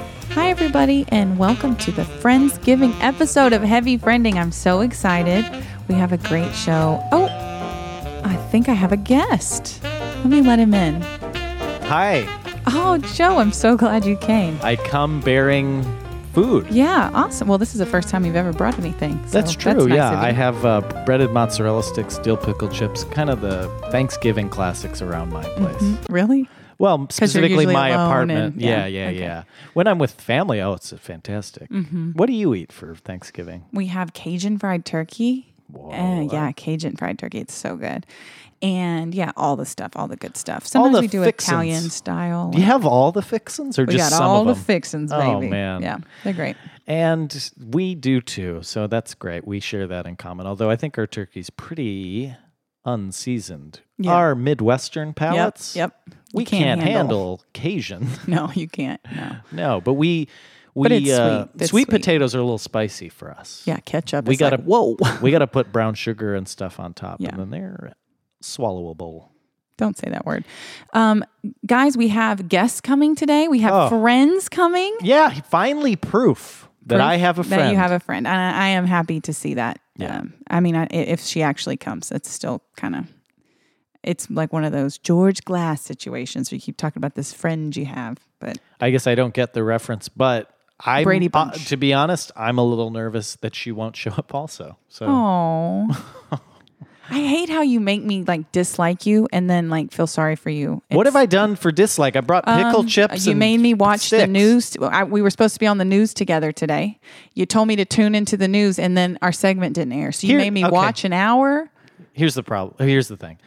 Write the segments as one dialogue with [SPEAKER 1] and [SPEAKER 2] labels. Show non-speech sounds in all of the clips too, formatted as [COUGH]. [SPEAKER 1] Hi, everybody, and welcome to the Friendsgiving episode of Heavy Friending. I'm so excited. We have a great show. Oh, I think I have a guest. Let me let him in.
[SPEAKER 2] Hi,
[SPEAKER 1] Oh, Joe, I'm so glad you came.
[SPEAKER 2] I come bearing food.
[SPEAKER 1] Yeah, awesome. Well, this is the first time you've ever brought anything. so
[SPEAKER 2] that's true.
[SPEAKER 1] nice
[SPEAKER 2] yeah,
[SPEAKER 1] of
[SPEAKER 2] I
[SPEAKER 1] you.
[SPEAKER 2] have uh, breaded mozzarella sticks, dill pickle chips, kind of the Thanksgiving classics around my place.
[SPEAKER 1] Really?
[SPEAKER 2] Well,
[SPEAKER 1] Mm-hmm. you're
[SPEAKER 2] specifically
[SPEAKER 1] usually
[SPEAKER 2] my
[SPEAKER 1] alone
[SPEAKER 2] apartment.
[SPEAKER 1] and- yeah,
[SPEAKER 2] yeah, yeah,
[SPEAKER 1] okay. Mm-hmm.
[SPEAKER 2] yeah. When I'm with family, oh, it's fantastic. What do you eat for Thanksgiving?
[SPEAKER 1] We have Cajun fried turkey.
[SPEAKER 2] Whoa,
[SPEAKER 1] Uh, yeah, Cajun fried turkey. It's so good. And yeah, all the stuff, all the good stuff. Sometimes
[SPEAKER 2] the
[SPEAKER 1] we do
[SPEAKER 2] fixins.
[SPEAKER 1] Italian style.
[SPEAKER 2] Do you have all the fixins or
[SPEAKER 1] we
[SPEAKER 2] just
[SPEAKER 1] got
[SPEAKER 2] some
[SPEAKER 1] all
[SPEAKER 2] of
[SPEAKER 1] the
[SPEAKER 2] them?
[SPEAKER 1] fixins, baby.
[SPEAKER 2] Oh, man.
[SPEAKER 1] Yeah, they're great.
[SPEAKER 2] and we do too. So that's great. We share that in common. Although I think our turkey's pretty unseasoned.
[SPEAKER 1] Yeah.
[SPEAKER 2] Our Midwestern palates.
[SPEAKER 1] Yep. yep. You
[SPEAKER 2] we can't, handle. Cajun.
[SPEAKER 1] [LAUGHS]
[SPEAKER 2] [LAUGHS]
[SPEAKER 1] No, you can't. No.
[SPEAKER 2] no, but we we
[SPEAKER 1] it's
[SPEAKER 2] uh,
[SPEAKER 1] sweet. It's sweet.
[SPEAKER 2] potatoes are a little spicy for us.
[SPEAKER 1] Yeah, ketchup.
[SPEAKER 2] we
[SPEAKER 1] is
[SPEAKER 2] gotta
[SPEAKER 1] like,
[SPEAKER 2] whoa. we gotta put brown sugar and stuff on top,
[SPEAKER 1] Yeah.
[SPEAKER 2] and then they're swallowable.
[SPEAKER 1] [LAUGHS] Don't say that word. Um, guys, we have guests coming today. We have
[SPEAKER 2] Oh.
[SPEAKER 1] friends coming.
[SPEAKER 2] Yeah, finally proof that I have a friend.
[SPEAKER 1] That you have a friend. And I, I am happy to see that.
[SPEAKER 2] Yeah.
[SPEAKER 1] Um, I mean, I, i- if she actually comes, it's still kind of, it's like one of those George Glass situations where you keep talking about this friend you have, but
[SPEAKER 2] I guess I don't get the reference, but I
[SPEAKER 1] Brady
[SPEAKER 2] uh,
[SPEAKER 1] Bunch.
[SPEAKER 2] to be honest, I'm a little nervous that she won't show up also. So
[SPEAKER 1] oh. I hate how you make me like dislike you and then like feel sorry for you.
[SPEAKER 2] what
[SPEAKER 1] It's-
[SPEAKER 2] have I done for dislike? I brought pickle
[SPEAKER 1] Um,
[SPEAKER 2] chips.
[SPEAKER 1] You
[SPEAKER 2] and
[SPEAKER 1] made me watch the
[SPEAKER 2] sticks.
[SPEAKER 1] news. well, I, we were supposed to be on the news together today. You told me to tune into the news, and then our segment didn't air. So you
[SPEAKER 2] Here-
[SPEAKER 1] made me
[SPEAKER 2] okay.
[SPEAKER 1] watch an hour.
[SPEAKER 2] Here's the problem. Here's the thing.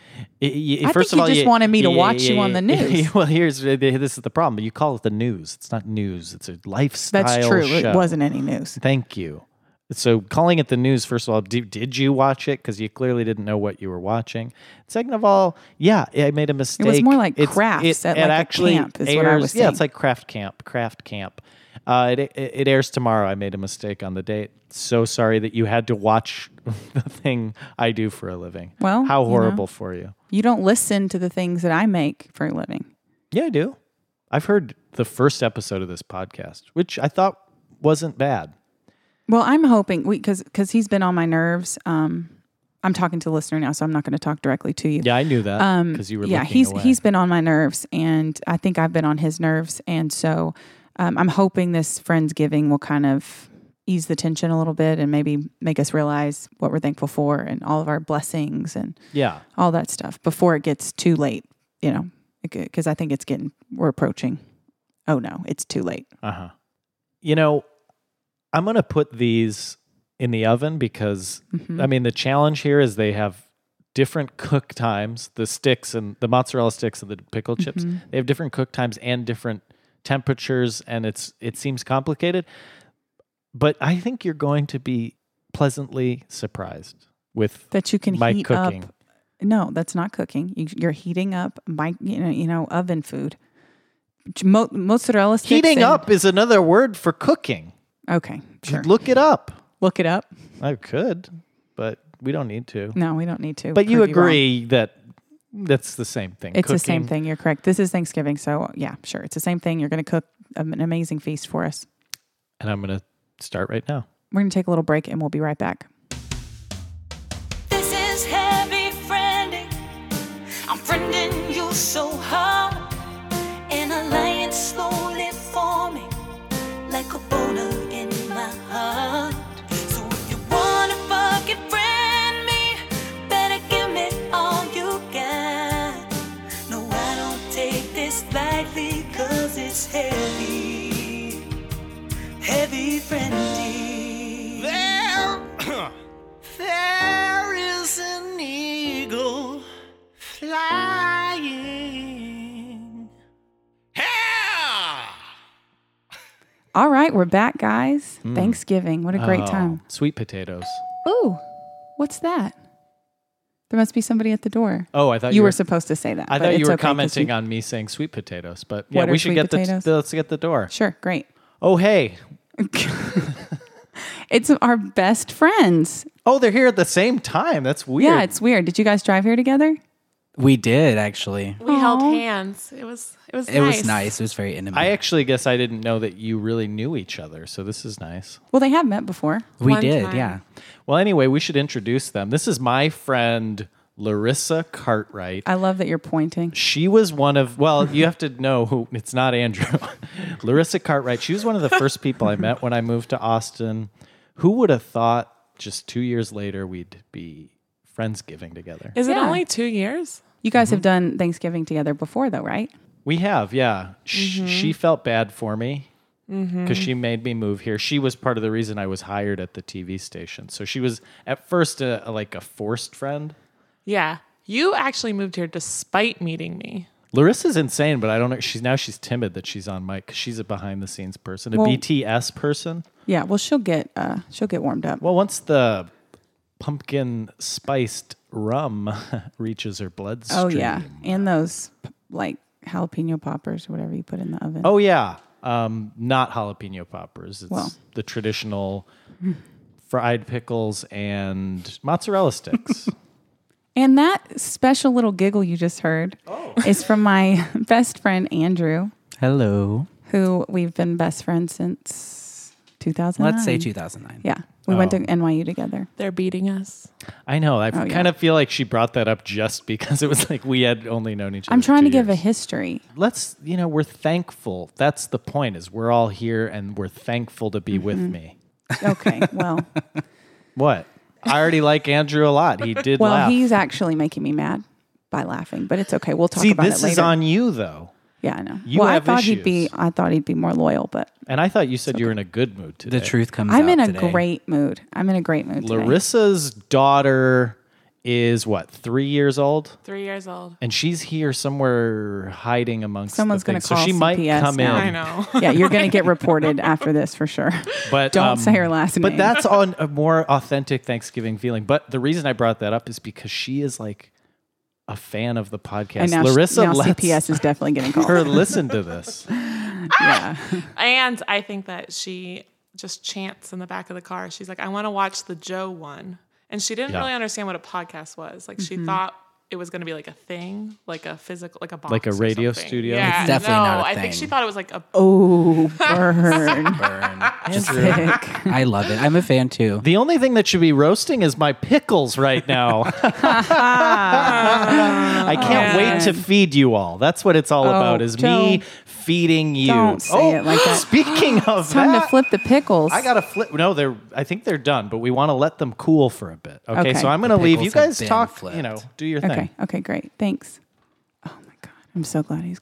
[SPEAKER 2] I- I-
[SPEAKER 1] I
[SPEAKER 2] First
[SPEAKER 1] think
[SPEAKER 2] of all,
[SPEAKER 1] you just wanted me to watch you
[SPEAKER 2] [LAUGHS]
[SPEAKER 1] on the news.
[SPEAKER 2] well, here's this is the problem. You call it the news. It's not news. It's a lifestyle.
[SPEAKER 1] That's true.
[SPEAKER 2] Show.
[SPEAKER 1] It wasn't any news.
[SPEAKER 2] Thank you. So calling it the news, first of all, did, did you watch it? Because you clearly didn't know what you were watching. Second of all, yeah, I made a mistake.
[SPEAKER 1] more like crafts at, like, a camp is what I
[SPEAKER 2] airs-
[SPEAKER 1] was
[SPEAKER 2] Yeah, it's
[SPEAKER 1] seeing.
[SPEAKER 2] like craft camp, craft camp. Uh, it, it, it airs tomorrow. I made a mistake on the date. So sorry that you had to watch [LAUGHS] the thing I do for a living.
[SPEAKER 1] Well,
[SPEAKER 2] how
[SPEAKER 1] you know.
[SPEAKER 2] horrible for you.
[SPEAKER 1] You don't listen to the things that I make for a living.
[SPEAKER 2] Yeah, I do. I've heard the first episode of this podcast, which I thought wasn't bad.
[SPEAKER 1] Well, I'm hoping because because he's been on my nerves. Um, I'm talking to a listener now, so I'm not going to talk directly to you.
[SPEAKER 2] Yeah, I knew that because you were.
[SPEAKER 1] Um, yeah,
[SPEAKER 2] looking
[SPEAKER 1] he's
[SPEAKER 2] away.
[SPEAKER 1] he's been on my nerves, and I think I've been on his nerves, and so um, I'm hoping this friendsgiving will kind of ease the tension a little bit, and maybe make us realize what we're thankful for, and all of our blessings, and
[SPEAKER 2] yeah.
[SPEAKER 1] all that stuff before it gets too late. You know, because I think it's getting we're approaching. Oh no, it's too late.
[SPEAKER 2] Uh huh. You know, I'm going to put these in the oven because,
[SPEAKER 1] Mm-hmm.
[SPEAKER 2] I mean, the challenge here is they have different cook times the sticks and the mozzarella sticks and the pickle
[SPEAKER 1] Mm-hmm.
[SPEAKER 2] chips. They have different cook times and different temperatures, and it's it seems complicated. But I think you're going to be pleasantly surprised with
[SPEAKER 1] That you can
[SPEAKER 2] my
[SPEAKER 1] heat
[SPEAKER 2] cooking.
[SPEAKER 1] up. No, that's not cooking. You, you're heating up my you know you know oven food. Mo- mozzarella sticks.
[SPEAKER 2] Heating
[SPEAKER 1] and-
[SPEAKER 2] up is another word for cooking.
[SPEAKER 1] Okay, sure.
[SPEAKER 2] Look it up.
[SPEAKER 1] Look it up.
[SPEAKER 2] I could, but we don't need to.
[SPEAKER 1] No, we don't need to.
[SPEAKER 2] But you
[SPEAKER 1] prove wrong.
[SPEAKER 2] agree that that's the same thing.
[SPEAKER 1] It's the same
[SPEAKER 2] cooking.
[SPEAKER 1] thing. You're correct. This is Thanksgiving, so yeah, sure. It's the same thing. You're going to cook an amazing feast for us.
[SPEAKER 2] And I'm going to start right now.
[SPEAKER 1] We're going to take a little break, and we'll be right back.
[SPEAKER 3] This is heavy friending. I'm friending you so hard. An alliance slowly forming, like a boner in my heart. So if you wanna fucking friend me, better give me all you got. No, I don't take this lightly, cause it's heavy. Heavy friending.
[SPEAKER 4] There, [COUGHS] there is an eagle flying. Yeah!
[SPEAKER 1] All right, we're back, guys. Thanksgiving. What a great
[SPEAKER 2] Hmm. Oh,
[SPEAKER 1] time.
[SPEAKER 2] Sweet potatoes.
[SPEAKER 1] Ooh, what's that? There must be somebody at the door.
[SPEAKER 2] Oh, I thought
[SPEAKER 1] you,
[SPEAKER 2] you
[SPEAKER 1] were,
[SPEAKER 2] were-
[SPEAKER 1] supposed to say that.
[SPEAKER 2] I
[SPEAKER 1] but
[SPEAKER 2] thought
[SPEAKER 1] it's
[SPEAKER 2] you were
[SPEAKER 1] okay 'cause
[SPEAKER 2] commenting on me saying sweet potatoes, but yeah,
[SPEAKER 1] What are
[SPEAKER 2] we should
[SPEAKER 1] sweet
[SPEAKER 2] get the,
[SPEAKER 1] potatoes?
[SPEAKER 2] the let's get the door.
[SPEAKER 1] Sure, great.
[SPEAKER 2] Oh, hey.
[SPEAKER 1] It's our best friends.
[SPEAKER 2] Oh, they're here at the same time. That's weird.
[SPEAKER 1] Yeah, it's weird. Did you guys drive here together?
[SPEAKER 5] We did actually.
[SPEAKER 6] We held
[SPEAKER 1] Aw.
[SPEAKER 6] hands. It was it was
[SPEAKER 5] It
[SPEAKER 6] nice.
[SPEAKER 5] was nice. It was very intimate.
[SPEAKER 2] I actually guess I didn't know that you really knew each other, so this is nice.
[SPEAKER 1] Well, they have met before.
[SPEAKER 5] we
[SPEAKER 6] One
[SPEAKER 5] did,
[SPEAKER 6] time.
[SPEAKER 5] yeah.
[SPEAKER 2] Well, anyway, we should introduce them. This is my friend Larissa Cartwright.
[SPEAKER 1] I love that you're pointing.
[SPEAKER 2] She was one of, well, you have to know who, it's not Andrew. [LAUGHS] Larissa Cartwright. She was one of the first people I met when I moved to Austin. Who would have thought just two years later we'd be Friendsgiving together?
[SPEAKER 6] Is it
[SPEAKER 1] Yeah.
[SPEAKER 6] only two years?
[SPEAKER 1] You guys
[SPEAKER 2] Mm-hmm.
[SPEAKER 1] have done Thanksgiving together before, though, right?
[SPEAKER 2] We have, yeah. Sh She felt bad for me because she made me move here. She was part of the reason I was hired at the TV station. So she was at first a, a- like a forced friend.
[SPEAKER 6] Yeah. You actually moved here despite meeting me.
[SPEAKER 2] Larissa's insane, but I don't know. She's now she's timid that she's on mic 'cause she's a behind the scenes person, a
[SPEAKER 1] Well-
[SPEAKER 2] BTS person.
[SPEAKER 1] Yeah. Well, she'll get uh, she'll get warmed up.
[SPEAKER 2] Well, once the pumpkin spiced rum [LAUGHS] reaches her bloodstream.
[SPEAKER 1] oh yeah, and those p- like jalapeno poppers or whatever you put in the oven.
[SPEAKER 2] Oh yeah, um, not jalapeno poppers. It's
[SPEAKER 1] Well.
[SPEAKER 2] the traditional fried pickles and
[SPEAKER 1] [LAUGHS]
[SPEAKER 2] mozzarella sticks.
[SPEAKER 1] And that special little giggle you just heard
[SPEAKER 2] Oh.
[SPEAKER 1] is from my [LAUGHS] best friend Andrew,
[SPEAKER 5] Hello.
[SPEAKER 1] who we've been best friends since 2009.
[SPEAKER 5] Let's say 2009.
[SPEAKER 1] Yeah, we went to
[SPEAKER 2] Oh.
[SPEAKER 1] NYU together.
[SPEAKER 6] They're beating us.
[SPEAKER 2] I know. I
[SPEAKER 1] Oh, yeah.
[SPEAKER 2] kind of feel like she brought that up just [LAUGHS] because it was like we had only known each other.
[SPEAKER 1] I'm trying to
[SPEAKER 2] two
[SPEAKER 1] give a
[SPEAKER 2] years.
[SPEAKER 1] history.
[SPEAKER 2] Let's you know we're thankful. That's the point. Is we're all here and we're thankful to be
[SPEAKER 1] Mm-hmm.
[SPEAKER 2] with me. [LAUGHS]
[SPEAKER 1] Okay, well,
[SPEAKER 2] What? I already like Andrew a lot. He did
[SPEAKER 1] well,
[SPEAKER 2] laugh.
[SPEAKER 1] he's actually making me mad by laughing, but it's okay. We'll talk
[SPEAKER 2] See,
[SPEAKER 1] about
[SPEAKER 2] this
[SPEAKER 1] it later.
[SPEAKER 2] is on you though.
[SPEAKER 1] yeah, I know.
[SPEAKER 2] you
[SPEAKER 1] well,
[SPEAKER 2] have
[SPEAKER 1] I thought he'd be.
[SPEAKER 2] issues.
[SPEAKER 1] I thought he'd be more loyal, but
[SPEAKER 2] And I thought you said you were in a good mood today.
[SPEAKER 5] The truth comes
[SPEAKER 1] I'm
[SPEAKER 5] out
[SPEAKER 1] in a
[SPEAKER 5] today.
[SPEAKER 1] great mood. I'm in a great mood. today.
[SPEAKER 2] Larissa's daughter is what three years old,
[SPEAKER 6] Three years old.
[SPEAKER 2] and she's here somewhere hiding amongst. the
[SPEAKER 1] Someone's gonna
[SPEAKER 2] things.
[SPEAKER 1] call
[SPEAKER 2] so she might
[SPEAKER 1] CPS
[SPEAKER 2] come
[SPEAKER 1] now.
[SPEAKER 2] in.
[SPEAKER 6] I know.
[SPEAKER 1] [LAUGHS] Yeah, you're gonna get
[SPEAKER 2] [LAUGHS]
[SPEAKER 1] reported after this for sure.
[SPEAKER 2] But
[SPEAKER 1] Don't
[SPEAKER 2] um,
[SPEAKER 1] say her last
[SPEAKER 2] But
[SPEAKER 1] name. [LAUGHS]
[SPEAKER 2] that's on a more authentic Thanksgiving feeling. But the reason I brought that up is because she is like a fan of the podcast.
[SPEAKER 1] And now,
[SPEAKER 2] Larissa
[SPEAKER 1] now
[SPEAKER 2] lets
[SPEAKER 1] CPS is definitely getting called.
[SPEAKER 2] [LAUGHS] her listen to this.
[SPEAKER 1] yeah.
[SPEAKER 6] [LAUGHS] And I think that she just chants in the back of the car. She's like, I want to watch the Joe one. And she didn't
[SPEAKER 2] Yeah.
[SPEAKER 6] really understand what a podcast was. Like
[SPEAKER 1] Mm-hmm.
[SPEAKER 6] she thought it was going to be like a thing, like a physical, like a box,
[SPEAKER 2] Like a
[SPEAKER 6] or
[SPEAKER 2] radio
[SPEAKER 6] something.
[SPEAKER 2] studio?
[SPEAKER 6] Yeah,
[SPEAKER 5] It's definitely
[SPEAKER 6] no,
[SPEAKER 5] not a
[SPEAKER 6] I think she
[SPEAKER 5] thing.
[SPEAKER 6] thought it was like a.
[SPEAKER 1] Oh,
[SPEAKER 2] [LAUGHS]
[SPEAKER 1] burn. [LAUGHS]
[SPEAKER 2] Andrew.
[SPEAKER 1] Sick.
[SPEAKER 5] I love it. I'm a fan too.
[SPEAKER 2] The only thing that should be roasting is my pickles right now.
[SPEAKER 5] [LAUGHS]
[SPEAKER 2] I can't wait to feed you all. That's what it's all about is me
[SPEAKER 1] Joe.
[SPEAKER 2] feeding [LAUGHS] you.
[SPEAKER 1] Oh,
[SPEAKER 2] Oh,
[SPEAKER 1] Don't say it like that.
[SPEAKER 2] Speaking of
[SPEAKER 1] Time
[SPEAKER 2] that,
[SPEAKER 1] to flip the pickles.
[SPEAKER 2] I gotta flip. No, they're. I think they're done, but we want to let them cool for a bit. Okay,
[SPEAKER 1] Okay.
[SPEAKER 2] so I'm gonna
[SPEAKER 5] The
[SPEAKER 2] leave. You
[SPEAKER 5] pickles have
[SPEAKER 2] guys
[SPEAKER 5] been
[SPEAKER 2] talk.
[SPEAKER 5] flipped.
[SPEAKER 2] You know, do your
[SPEAKER 1] okay.
[SPEAKER 2] thing.
[SPEAKER 1] Okay. Great. Thanks. Oh my god, I'm so glad
[SPEAKER 2] [GASPS]
[SPEAKER 1] he's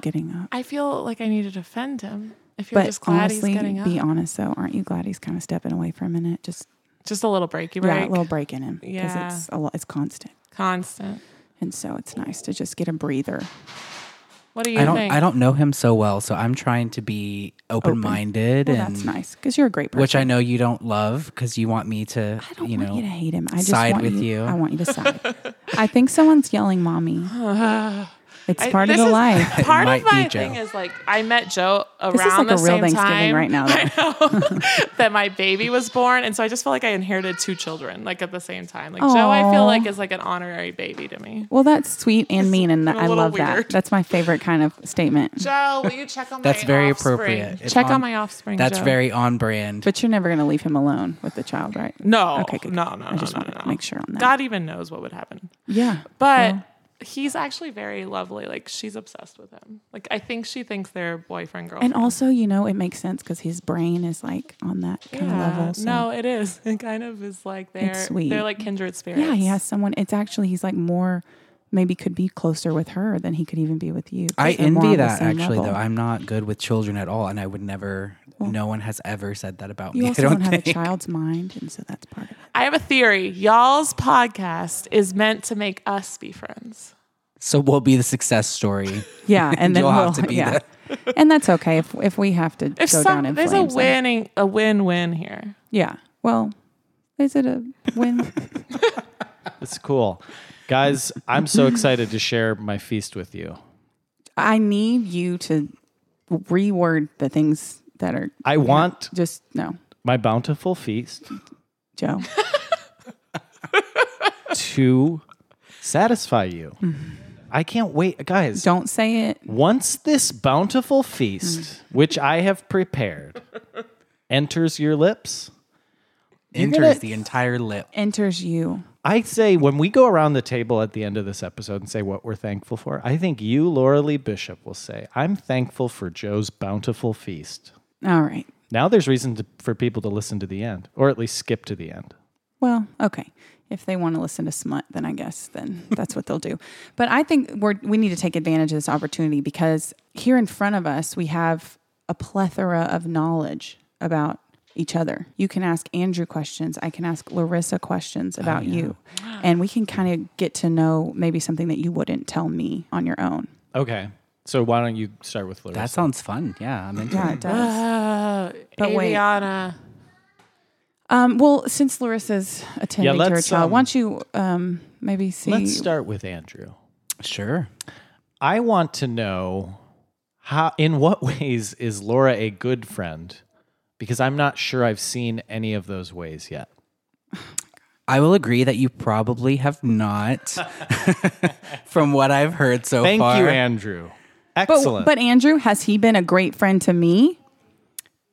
[SPEAKER 1] getting up.
[SPEAKER 6] I feel like I need to defend him. If you're
[SPEAKER 1] But
[SPEAKER 6] just glad
[SPEAKER 1] honestly,
[SPEAKER 6] he's getting up,
[SPEAKER 1] be honest though, aren't you glad he's kind of stepping away for a minute? Just
[SPEAKER 6] just a little breaky break,
[SPEAKER 1] yeah, a little break in him because
[SPEAKER 6] Yeah.
[SPEAKER 1] it's a lot. It's constant,
[SPEAKER 6] constant.
[SPEAKER 1] and so it's nice to just get a breather.
[SPEAKER 6] What do you
[SPEAKER 5] I don't
[SPEAKER 6] think?
[SPEAKER 5] I don't know him so well, so I'm trying to be open-minded
[SPEAKER 1] Well,
[SPEAKER 5] and
[SPEAKER 1] that's nice because you're a great person.
[SPEAKER 5] which I know you don't love cuz you want me to,
[SPEAKER 1] I don't
[SPEAKER 5] you
[SPEAKER 1] want
[SPEAKER 5] know.
[SPEAKER 1] you to hate him. I just
[SPEAKER 5] side
[SPEAKER 1] want
[SPEAKER 5] with you.
[SPEAKER 1] I want you to
[SPEAKER 6] [LAUGHS]
[SPEAKER 1] side. I think someone's yelling,
[SPEAKER 6] [SIGHS]
[SPEAKER 1] "Mommy!" It's
[SPEAKER 6] I-
[SPEAKER 1] part of
[SPEAKER 6] this
[SPEAKER 1] the
[SPEAKER 6] is-
[SPEAKER 1] life.
[SPEAKER 6] [LAUGHS] Part
[SPEAKER 5] might
[SPEAKER 6] of
[SPEAKER 5] be
[SPEAKER 6] my
[SPEAKER 5] Joe.
[SPEAKER 6] thing is like I met Joe around
[SPEAKER 1] This is like
[SPEAKER 6] the
[SPEAKER 1] a real
[SPEAKER 6] same
[SPEAKER 1] Thanksgiving
[SPEAKER 6] time
[SPEAKER 1] right
[SPEAKER 6] [LAUGHS]
[SPEAKER 1] now. though.
[SPEAKER 6] that my baby was born, and so I just felt like I inherited two children like at the same time. Like Joe, I feel
[SPEAKER 1] Aw.
[SPEAKER 6] like is like an honorary baby to me.
[SPEAKER 1] Well, that's sweet and mean, and
[SPEAKER 6] a
[SPEAKER 1] I
[SPEAKER 6] little
[SPEAKER 1] love that.
[SPEAKER 6] weird.
[SPEAKER 1] That's my favorite kind of statement.
[SPEAKER 6] Joe, will you check on
[SPEAKER 5] That's
[SPEAKER 6] my
[SPEAKER 5] very
[SPEAKER 6] offspring?
[SPEAKER 5] appropriate. It's
[SPEAKER 6] check on,
[SPEAKER 5] on-
[SPEAKER 6] my offspring.
[SPEAKER 5] That's
[SPEAKER 6] Joe.
[SPEAKER 5] very on brand.
[SPEAKER 1] But you're never going to leave him alone with the child, right?
[SPEAKER 6] no,
[SPEAKER 1] Okay, good.
[SPEAKER 6] no, no.
[SPEAKER 1] I just
[SPEAKER 6] no,
[SPEAKER 1] wanted
[SPEAKER 6] no,
[SPEAKER 1] to
[SPEAKER 6] no.
[SPEAKER 1] make sure on that.
[SPEAKER 6] God even knows what would happen.
[SPEAKER 1] Yeah,
[SPEAKER 6] But he's actually very lovely. Like she's obsessed with him. Like I think she thinks they're boyfriend girlfriend.
[SPEAKER 1] and also, you know, it makes sense because his brain is like on that kind
[SPEAKER 6] Yeah.
[SPEAKER 1] of level. So.
[SPEAKER 6] No, it is. [LAUGHS] It kind of is like they're
[SPEAKER 1] sweet.
[SPEAKER 6] they're like kindred spirits.
[SPEAKER 1] Yeah, he has someone. It's actually he's like more, maybe could be closer with her than he could even be with you. 'cause
[SPEAKER 5] I
[SPEAKER 1] they're more on
[SPEAKER 5] envy
[SPEAKER 1] the
[SPEAKER 5] that
[SPEAKER 1] same
[SPEAKER 5] actually
[SPEAKER 1] level.
[SPEAKER 5] though. I'm not good with children at all and I would never no one has ever said that about
[SPEAKER 1] you
[SPEAKER 5] me.
[SPEAKER 1] also
[SPEAKER 5] [LAUGHS] I
[SPEAKER 1] don't,
[SPEAKER 5] don't,
[SPEAKER 1] have
[SPEAKER 5] think.
[SPEAKER 1] a child's mind, and so that's part of it.
[SPEAKER 5] [LAUGHS]
[SPEAKER 6] I have a theory. Y'all's podcast is meant to make us be friends.
[SPEAKER 5] So we'll be the success story.
[SPEAKER 1] Yeah, and then
[SPEAKER 5] You'll
[SPEAKER 1] we'll
[SPEAKER 5] have to be
[SPEAKER 1] yeah,
[SPEAKER 5] that. [LAUGHS]
[SPEAKER 1] and that's okay if if we have to
[SPEAKER 6] If
[SPEAKER 1] go down
[SPEAKER 6] some
[SPEAKER 1] in
[SPEAKER 6] there's a
[SPEAKER 1] flames. then-
[SPEAKER 6] winning a win-win here.
[SPEAKER 1] Yeah. Well, is it a
[SPEAKER 5] [LAUGHS]
[SPEAKER 1] win?
[SPEAKER 2] It's cool, guys. I'm so excited to share my feast with you.
[SPEAKER 1] I need you to reword the things that are
[SPEAKER 2] I want
[SPEAKER 1] just no,
[SPEAKER 2] my
[SPEAKER 5] [LAUGHS]
[SPEAKER 2] bountiful feast
[SPEAKER 1] Joe.
[SPEAKER 2] to satisfy you. I can't wait, guys.
[SPEAKER 1] Don't say it.
[SPEAKER 2] Once this bountiful feast, which I have prepared, enters your lips, You're
[SPEAKER 5] Enters
[SPEAKER 2] gonna-
[SPEAKER 5] the entire lip.
[SPEAKER 1] Enters you.
[SPEAKER 2] I say when we go around the table at the end of this episode and say what we're thankful for, I think you, Laura Lee Bishop, will say, I'm thankful for Joe's bountiful feast.
[SPEAKER 1] All right.
[SPEAKER 2] Now there's reason to, for people to listen to the end, or at least skip to the end.
[SPEAKER 1] Well, okay. If they want to listen to smut, then I guess
[SPEAKER 2] [LAUGHS]
[SPEAKER 1] then that's what they'll do. But I think we're we need to take advantage of this opportunity because here in front of us we have a plethora of knowledge about each other. You can ask Andrew questions. I can ask Larissa
[SPEAKER 2] Oh,
[SPEAKER 1] questions about you. And we can kind of get to know maybe something that you wouldn't tell me on your own.
[SPEAKER 2] Okay. So why don't you start with Larissa?
[SPEAKER 5] That sounds fun. Yeah, I'm into
[SPEAKER 1] Yeah,
[SPEAKER 5] it.
[SPEAKER 1] it does.
[SPEAKER 6] Uh,
[SPEAKER 1] But wait.
[SPEAKER 6] Aviana.
[SPEAKER 1] Um, well, since Larissa's attending to her
[SPEAKER 2] let's,
[SPEAKER 1] child,
[SPEAKER 2] um,
[SPEAKER 1] why don't you um, maybe see?
[SPEAKER 2] Let's start with Andrew.
[SPEAKER 5] Sure.
[SPEAKER 2] I want to know how in what [LAUGHS] ways is Laura a good friend? Because I'm not sure I've seen any of those ways yet.
[SPEAKER 5] I will agree that you probably have not, [LAUGHS] from what I've heard so
[SPEAKER 2] Thank
[SPEAKER 5] far.
[SPEAKER 2] you, Andrew.
[SPEAKER 1] but,
[SPEAKER 2] Excellent.
[SPEAKER 1] but Andrew, has he been a great friend to me?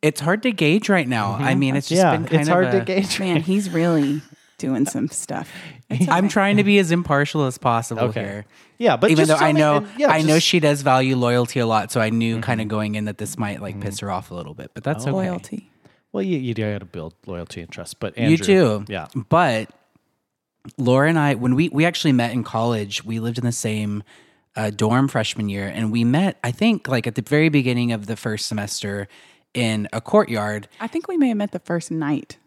[SPEAKER 5] It's hard to gauge right now. I mean, it's just
[SPEAKER 2] Mm-hmm. yeah,
[SPEAKER 5] been kind
[SPEAKER 2] it's
[SPEAKER 5] of
[SPEAKER 2] hard
[SPEAKER 5] a,
[SPEAKER 2] to gauge.
[SPEAKER 1] Man, he's really doing some stuff. It's
[SPEAKER 5] [LAUGHS] I'm
[SPEAKER 1] okay.
[SPEAKER 5] trying to be as impartial as possible
[SPEAKER 2] Okay.
[SPEAKER 5] here.
[SPEAKER 2] [LAUGHS] Yeah, but
[SPEAKER 5] even
[SPEAKER 2] just
[SPEAKER 5] though
[SPEAKER 2] tell
[SPEAKER 5] I
[SPEAKER 2] me-
[SPEAKER 5] know
[SPEAKER 2] and- yeah,
[SPEAKER 5] I know
[SPEAKER 2] just- Mm-hmm.
[SPEAKER 5] she does value loyalty a lot, so I knew kind of going in that this might like piss her off a little bit, but
[SPEAKER 2] Oh,
[SPEAKER 5] that's okay.
[SPEAKER 1] loyalty.
[SPEAKER 2] Well, you you got to build loyalty and trust, but
[SPEAKER 5] You
[SPEAKER 2] Andrew,
[SPEAKER 5] do.
[SPEAKER 2] Yeah.
[SPEAKER 5] But Laura and I, when we we actually met in college, we lived in the same uh, dorm freshman year, and we met. I think like at the very beginning of the first semester in a courtyard.
[SPEAKER 1] I think we may have met the first night.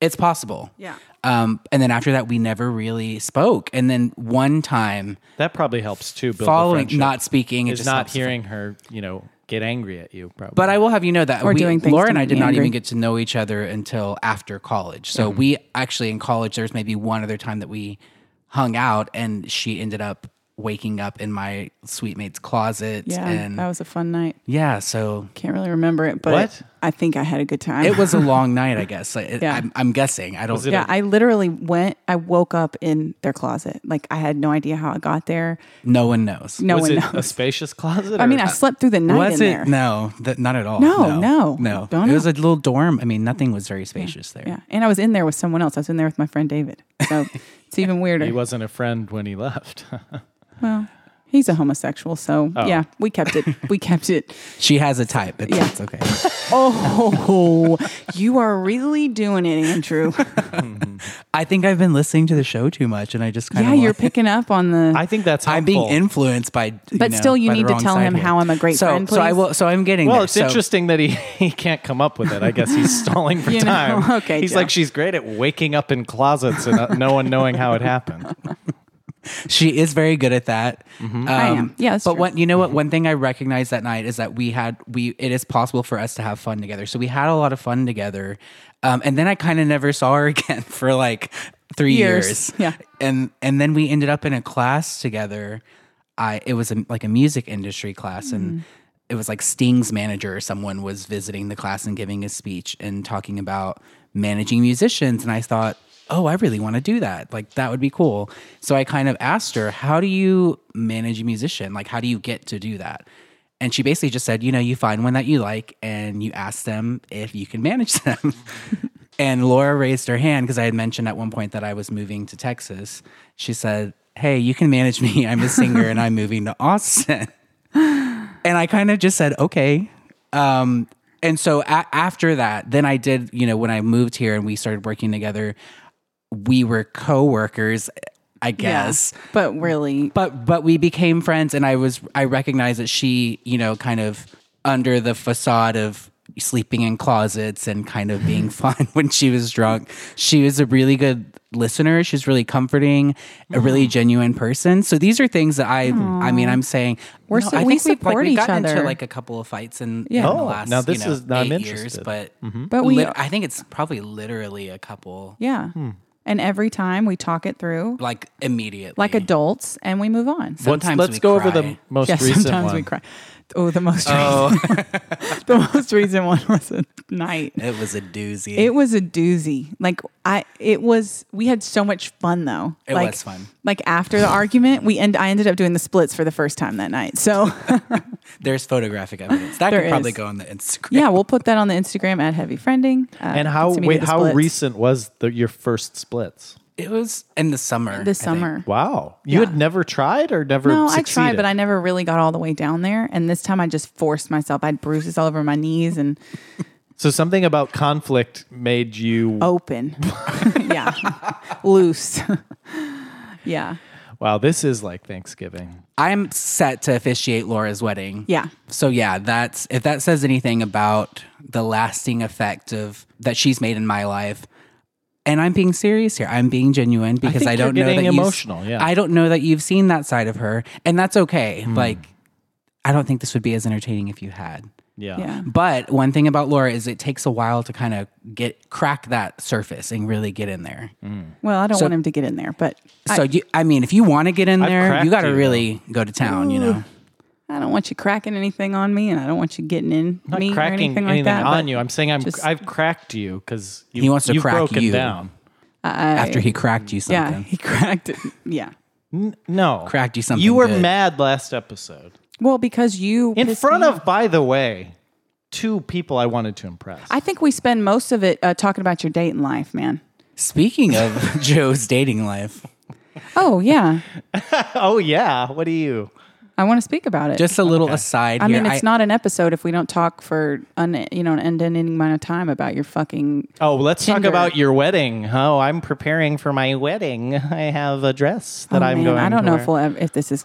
[SPEAKER 5] It's possible.
[SPEAKER 1] Yeah.
[SPEAKER 5] Um, and then after that, we never really spoke. And then one time,
[SPEAKER 2] That probably helps too. Build
[SPEAKER 5] following
[SPEAKER 2] the
[SPEAKER 5] not speaking, it
[SPEAKER 2] is
[SPEAKER 5] just
[SPEAKER 2] not
[SPEAKER 5] helps the
[SPEAKER 2] hearing her, you know, get angry at you. Probably,
[SPEAKER 5] But I will have you know that
[SPEAKER 1] Or
[SPEAKER 5] we,
[SPEAKER 1] doing things
[SPEAKER 5] Laura
[SPEAKER 1] to
[SPEAKER 5] and I
[SPEAKER 1] make
[SPEAKER 5] did
[SPEAKER 1] me
[SPEAKER 5] not
[SPEAKER 1] angry.
[SPEAKER 5] even get to know each other until after college.
[SPEAKER 1] Mm-hmm.
[SPEAKER 5] So we actually in college there's maybe one other time that we hung out, and she ended up waking up in my sweet mate's closet.
[SPEAKER 1] Yeah, Oh.
[SPEAKER 5] and
[SPEAKER 1] that was a fun night.
[SPEAKER 5] yeah, so
[SPEAKER 1] Can't really remember it, but
[SPEAKER 2] What?
[SPEAKER 1] I think I had a good time.
[SPEAKER 5] it was a long night, I guess. I,
[SPEAKER 1] Yeah.
[SPEAKER 5] I'm, I'm guessing. I don't.
[SPEAKER 2] it
[SPEAKER 1] [LAUGHS] Yeah, I literally went. I woke up in their closet. Like I had no idea how I got there.
[SPEAKER 5] no one knows.
[SPEAKER 1] No
[SPEAKER 2] was
[SPEAKER 1] one
[SPEAKER 2] it
[SPEAKER 1] knows.
[SPEAKER 2] a spacious closet?
[SPEAKER 1] I mean,
[SPEAKER 2] or-
[SPEAKER 1] I slept through the night
[SPEAKER 5] Was
[SPEAKER 1] in
[SPEAKER 5] it?
[SPEAKER 1] there.
[SPEAKER 5] No, that, not at all.
[SPEAKER 1] No, no.
[SPEAKER 5] no.
[SPEAKER 1] Don't
[SPEAKER 5] it
[SPEAKER 1] know.
[SPEAKER 5] was a little dorm. I mean, nothing was very spacious there.
[SPEAKER 1] Yeah, and I was in there with someone else. I was in there with my friend David.
[SPEAKER 5] [LAUGHS]
[SPEAKER 1] So it's even weirder.
[SPEAKER 2] he wasn't a friend when he left. [LAUGHS]
[SPEAKER 1] Well, he's a homosexual, so
[SPEAKER 5] Oh.
[SPEAKER 1] yeah, we kept it. We kept
[SPEAKER 5] [LAUGHS]
[SPEAKER 1] it.
[SPEAKER 5] She has a type. It's,
[SPEAKER 1] Yeah.
[SPEAKER 5] it's okay.
[SPEAKER 1] Oh, you are really doing it, Andrew.
[SPEAKER 5] I think I've been listening to the show too much, and [LAUGHS] I just kind
[SPEAKER 1] yeah,
[SPEAKER 5] of
[SPEAKER 1] you're picking up on the.
[SPEAKER 2] I think that's helpful.
[SPEAKER 5] I'm being influenced by,
[SPEAKER 1] But still, you
[SPEAKER 5] by the
[SPEAKER 1] need to
[SPEAKER 5] wrong
[SPEAKER 1] tell
[SPEAKER 5] side
[SPEAKER 1] him
[SPEAKER 5] here.
[SPEAKER 1] how I'm a great
[SPEAKER 5] so,
[SPEAKER 1] friend,
[SPEAKER 5] So I
[SPEAKER 1] please.
[SPEAKER 5] will. So I'm getting
[SPEAKER 2] Well,
[SPEAKER 5] there.
[SPEAKER 2] it's
[SPEAKER 5] So
[SPEAKER 2] interesting that he, [LAUGHS] he can't come up with it. I guess he's stalling for
[SPEAKER 1] You know,
[SPEAKER 2] time.
[SPEAKER 1] okay,
[SPEAKER 2] he's
[SPEAKER 1] Joe.
[SPEAKER 2] like she's great at waking up in closets and uh, no one knowing how it happened.
[SPEAKER 5] She is very good at that.
[SPEAKER 2] Mm-hmm.
[SPEAKER 5] Um,
[SPEAKER 1] I am. Yeah, that's
[SPEAKER 5] but
[SPEAKER 1] true.
[SPEAKER 5] one, you know what? One thing I recognized that night is that we had we. It is possible for us to have fun together. So we had a lot of fun together, um, and then I kind of never saw her [LAUGHS] again for like three
[SPEAKER 1] Years.
[SPEAKER 5] years.
[SPEAKER 1] Yeah.
[SPEAKER 5] and and then we ended up in a class together. I it was a, like a music industry class and. It was like Sting's manager or someone was visiting the class and giving a speech and talking about managing musicians. And I thought, oh, I really want to do that. Like, that would be cool. So I kind of asked her, how do you manage a musician? Like, how do you get to do that? And she basically just said, you know, you find one that you like and you ask them if you can manage [LAUGHS] them. and Laura raised her hand because I had mentioned at one point that I was moving to Texas. She said, hey, you can manage me. [LAUGHS] I'm a singer and I'm moving to Austin. [LAUGHS] and I kind of just said, okay. Um, and so a- after that, then I did, you know, when I moved here and we started working together, we were coworkers, I guess.
[SPEAKER 1] but really,
[SPEAKER 5] But but we became friends, and I was I recognized that she, you know, kind of under the facade of sleeping in closets and kind of
[SPEAKER 1] [LAUGHS]
[SPEAKER 5] being fun when she was drunk. She was a really good listener. She's really comforting, a really
[SPEAKER 1] Mm-hmm.
[SPEAKER 5] genuine person. So these are things that I I mean I'm saying
[SPEAKER 1] We're so-
[SPEAKER 5] I
[SPEAKER 1] we
[SPEAKER 5] think we've, like,
[SPEAKER 1] support
[SPEAKER 5] we've
[SPEAKER 1] each
[SPEAKER 5] gotten
[SPEAKER 1] other.
[SPEAKER 5] into like a couple of fights in,
[SPEAKER 1] Yeah.
[SPEAKER 5] in the
[SPEAKER 2] Oh,
[SPEAKER 5] last
[SPEAKER 2] now this
[SPEAKER 5] you know,
[SPEAKER 2] is- now I'm
[SPEAKER 5] eight years,
[SPEAKER 2] interested.
[SPEAKER 5] but
[SPEAKER 1] but we,
[SPEAKER 5] lit- I think it's probably literally a couple
[SPEAKER 1] Mm-hmm. yeah,
[SPEAKER 2] Hmm.
[SPEAKER 1] and every time we talk it through
[SPEAKER 5] like immediately
[SPEAKER 1] like adults, and we move on. So
[SPEAKER 5] Sometimes
[SPEAKER 2] let's
[SPEAKER 5] we
[SPEAKER 2] go over
[SPEAKER 5] cry.
[SPEAKER 2] the most
[SPEAKER 1] yeah,
[SPEAKER 2] recent
[SPEAKER 1] sometimes
[SPEAKER 2] one.
[SPEAKER 1] we cry. oh, the most
[SPEAKER 5] [LAUGHS]
[SPEAKER 1] the most recent one was a night.
[SPEAKER 5] it was a doozy.
[SPEAKER 1] It was a doozy. Like I, it was. We had so much fun though.
[SPEAKER 5] It
[SPEAKER 1] like,
[SPEAKER 5] was fun.
[SPEAKER 1] Like after the argument, we end. I ended up doing the splits for the first time that night. So
[SPEAKER 5] There's photographic evidence that
[SPEAKER 1] There
[SPEAKER 5] could probably
[SPEAKER 1] is.
[SPEAKER 5] go on the Instagram.
[SPEAKER 1] yeah, we'll put that on the Instagram at Heavy Friending. Uh,
[SPEAKER 2] And
[SPEAKER 1] you
[SPEAKER 2] how
[SPEAKER 1] can see me do
[SPEAKER 2] wait,
[SPEAKER 1] the
[SPEAKER 2] how
[SPEAKER 1] splits.
[SPEAKER 2] recent was the, your first splits?
[SPEAKER 5] it was in the summer.
[SPEAKER 1] This summer.
[SPEAKER 2] Wow, you had never tried or never.
[SPEAKER 1] No, I
[SPEAKER 2] succeeded?
[SPEAKER 1] tried, but I never really got all the way down there. And this time, I just forced myself. I had bruises all over my knees and
[SPEAKER 2] So something about conflict made you.
[SPEAKER 1] open. [LAUGHS] yeah, loose. [LAUGHS] yeah,
[SPEAKER 2] Wow, this is like Thanksgiving.
[SPEAKER 5] I'm set to officiate Laura's wedding.
[SPEAKER 1] yeah.
[SPEAKER 5] So yeah, that's if that says anything about the lasting effect of that she's made in my life. And I'm being serious here. I'm being genuine because
[SPEAKER 2] think
[SPEAKER 5] I,
[SPEAKER 2] you're
[SPEAKER 5] don't know that
[SPEAKER 2] getting
[SPEAKER 5] you've-
[SPEAKER 2] emotional, yeah.
[SPEAKER 5] I don't know that you've seen that side of her, and that's okay. Like, I don't think this would be as entertaining if you had.
[SPEAKER 2] Yeah.
[SPEAKER 1] Yeah.
[SPEAKER 5] But one thing about Laura is it takes a while to kind of get crack that surface and really get in there.
[SPEAKER 1] Well, I don't
[SPEAKER 5] So-
[SPEAKER 1] want him to get in there, but
[SPEAKER 5] So you, I mean, if you want to get in
[SPEAKER 2] I've
[SPEAKER 5] there,
[SPEAKER 2] cracked
[SPEAKER 5] you got to
[SPEAKER 2] you,
[SPEAKER 5] really go to town. You know,
[SPEAKER 1] I don't want you cracking anything on me, and I don't want you getting in
[SPEAKER 2] I'm not
[SPEAKER 1] me
[SPEAKER 2] cracking
[SPEAKER 1] or anything like that.
[SPEAKER 2] on
[SPEAKER 1] but
[SPEAKER 2] you. I'm saying I'm
[SPEAKER 1] just-
[SPEAKER 2] I've cracked you because you,
[SPEAKER 5] He wants to
[SPEAKER 2] you've
[SPEAKER 5] crack
[SPEAKER 2] broken
[SPEAKER 5] you.
[SPEAKER 2] down.
[SPEAKER 5] after he cracked you
[SPEAKER 1] yeah,
[SPEAKER 5] something.
[SPEAKER 1] he [LAUGHS] cracked it. Yeah.
[SPEAKER 2] N- no,
[SPEAKER 5] Cracked you something
[SPEAKER 2] You were
[SPEAKER 5] good.
[SPEAKER 2] mad last episode
[SPEAKER 1] Well, because you
[SPEAKER 2] in
[SPEAKER 1] pissed
[SPEAKER 2] front
[SPEAKER 1] me
[SPEAKER 2] of.
[SPEAKER 1] off.
[SPEAKER 2] By the way, two people I wanted to impress.
[SPEAKER 1] I think we spend most of it uh, talking about your dating life, man.
[SPEAKER 5] Speaking of [LAUGHS] Joe's dating life,
[SPEAKER 1] Oh yeah,
[SPEAKER 2] oh yeah, what do you?
[SPEAKER 1] I want to speak about it.
[SPEAKER 5] just a little aside
[SPEAKER 1] I
[SPEAKER 5] here.
[SPEAKER 1] mean, it's not an episode if we don't talk for un, you know an ending amount of time about your fucking.
[SPEAKER 2] Oh, let's
[SPEAKER 1] Tinder.
[SPEAKER 2] talk about your wedding. Oh, I'm preparing for my wedding. I have a dress that
[SPEAKER 1] Oh,
[SPEAKER 2] I'm
[SPEAKER 1] man,
[SPEAKER 2] going.
[SPEAKER 1] I don't
[SPEAKER 2] to
[SPEAKER 1] know
[SPEAKER 2] wear.
[SPEAKER 1] if we'll ever, if this is.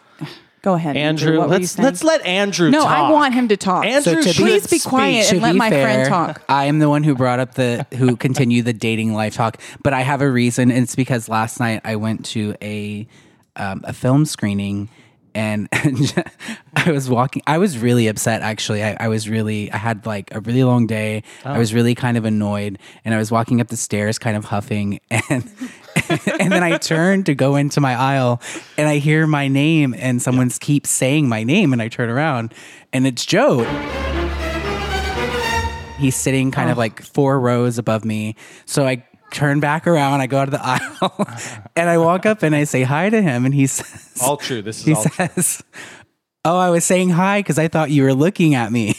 [SPEAKER 1] Go ahead,
[SPEAKER 2] Andrew,
[SPEAKER 1] What were you
[SPEAKER 2] let's
[SPEAKER 1] saying?
[SPEAKER 2] let's let Andrew.
[SPEAKER 1] No,
[SPEAKER 2] talk.
[SPEAKER 1] I want him to talk.
[SPEAKER 2] Andrew,
[SPEAKER 5] So to be-
[SPEAKER 1] please be
[SPEAKER 2] should
[SPEAKER 1] quiet
[SPEAKER 5] To
[SPEAKER 1] and let
[SPEAKER 5] be
[SPEAKER 1] my friend
[SPEAKER 5] fair,
[SPEAKER 1] talk.
[SPEAKER 5] I am the one who brought up the who continued the dating life talk, but I have a reason. And it's because last night I went to a um, a film screening. And [LAUGHS] I was walking. I was really upset. Actually, I, I was really. I had like a really long day. I
[SPEAKER 1] Oh.
[SPEAKER 5] was really kind of annoyed, and I was walking up the stairs, kind of huffing. [LAUGHS] And and then I turned to go into my aisle, and I hear my name, and someone's keeps saying my name, and I turn around, and it's Joe. He's sitting kind
[SPEAKER 1] Oh.
[SPEAKER 5] of like four rows above me. So I turn back around, I go out of the [LAUGHS] aisle, and I walk up and I say hi to him. And he [LAUGHS] says,
[SPEAKER 2] All true. This is
[SPEAKER 5] he
[SPEAKER 2] all true.
[SPEAKER 5] says Oh, I was saying hi because I thought you were looking
[SPEAKER 1] [LAUGHS]
[SPEAKER 5] at me.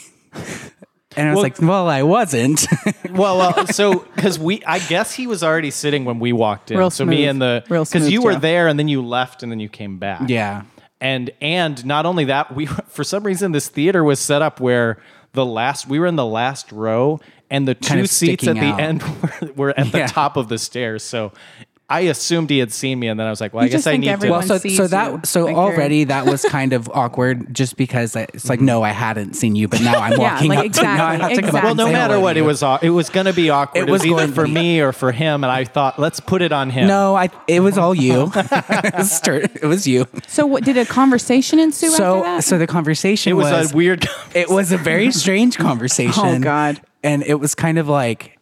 [SPEAKER 5] And I was
[SPEAKER 2] Well-
[SPEAKER 5] like, Well, I wasn't. [LAUGHS]
[SPEAKER 2] Well,
[SPEAKER 1] [LAUGHS]
[SPEAKER 2] well so because we, I guess he was already sitting when we walked in.
[SPEAKER 1] Real
[SPEAKER 2] so me
[SPEAKER 1] smooth.
[SPEAKER 2] and the
[SPEAKER 1] Real
[SPEAKER 2] because
[SPEAKER 1] smooth,
[SPEAKER 2] you were
[SPEAKER 1] Joe.
[SPEAKER 2] there and then you left and then you came back.
[SPEAKER 5] yeah.
[SPEAKER 2] and and not only that, we [LAUGHS] for some reason this theater was set up where the last we were in the last row and the two
[SPEAKER 5] Kind of
[SPEAKER 2] seats at
[SPEAKER 5] sticking
[SPEAKER 2] the
[SPEAKER 5] out.
[SPEAKER 2] end [LAUGHS] were, were at the
[SPEAKER 5] Yeah.
[SPEAKER 2] top of the stairs. So I assumed he had seen me, and then I was like, well, I
[SPEAKER 1] You just
[SPEAKER 2] guess I
[SPEAKER 1] think
[SPEAKER 2] need to.
[SPEAKER 1] everyone-
[SPEAKER 5] so,
[SPEAKER 1] sees
[SPEAKER 5] so
[SPEAKER 1] you,
[SPEAKER 5] that so
[SPEAKER 1] like you're-
[SPEAKER 5] already that was kind of awkward just because I, it's like no I hadn't seen you but now I'm
[SPEAKER 1] Mm-hmm. [LAUGHS] Yeah,
[SPEAKER 5] walking
[SPEAKER 1] like,
[SPEAKER 5] up [LAUGHS] to, now I
[SPEAKER 1] exactly,
[SPEAKER 5] have to come up
[SPEAKER 1] exactly.
[SPEAKER 2] well,
[SPEAKER 5] and
[SPEAKER 2] no
[SPEAKER 5] say
[SPEAKER 2] matter
[SPEAKER 5] hello
[SPEAKER 2] what,
[SPEAKER 5] to
[SPEAKER 2] it
[SPEAKER 5] you.
[SPEAKER 2] was aw- it was going to be awkward. It was,
[SPEAKER 5] was going
[SPEAKER 2] either
[SPEAKER 5] to
[SPEAKER 2] for
[SPEAKER 5] be.
[SPEAKER 2] me or for him, and I thought, let's put it on him.
[SPEAKER 5] no I it was
[SPEAKER 1] [LAUGHS]
[SPEAKER 5] all you [LAUGHS] it was you
[SPEAKER 1] So, what did a conversation ensue
[SPEAKER 5] so
[SPEAKER 1] after that?
[SPEAKER 5] so the conversation
[SPEAKER 2] it was,
[SPEAKER 5] was
[SPEAKER 2] a weird.
[SPEAKER 5] it was a very
[SPEAKER 1] [LAUGHS]
[SPEAKER 5] strange conversation.
[SPEAKER 1] Oh, God.
[SPEAKER 5] And it was kind of like,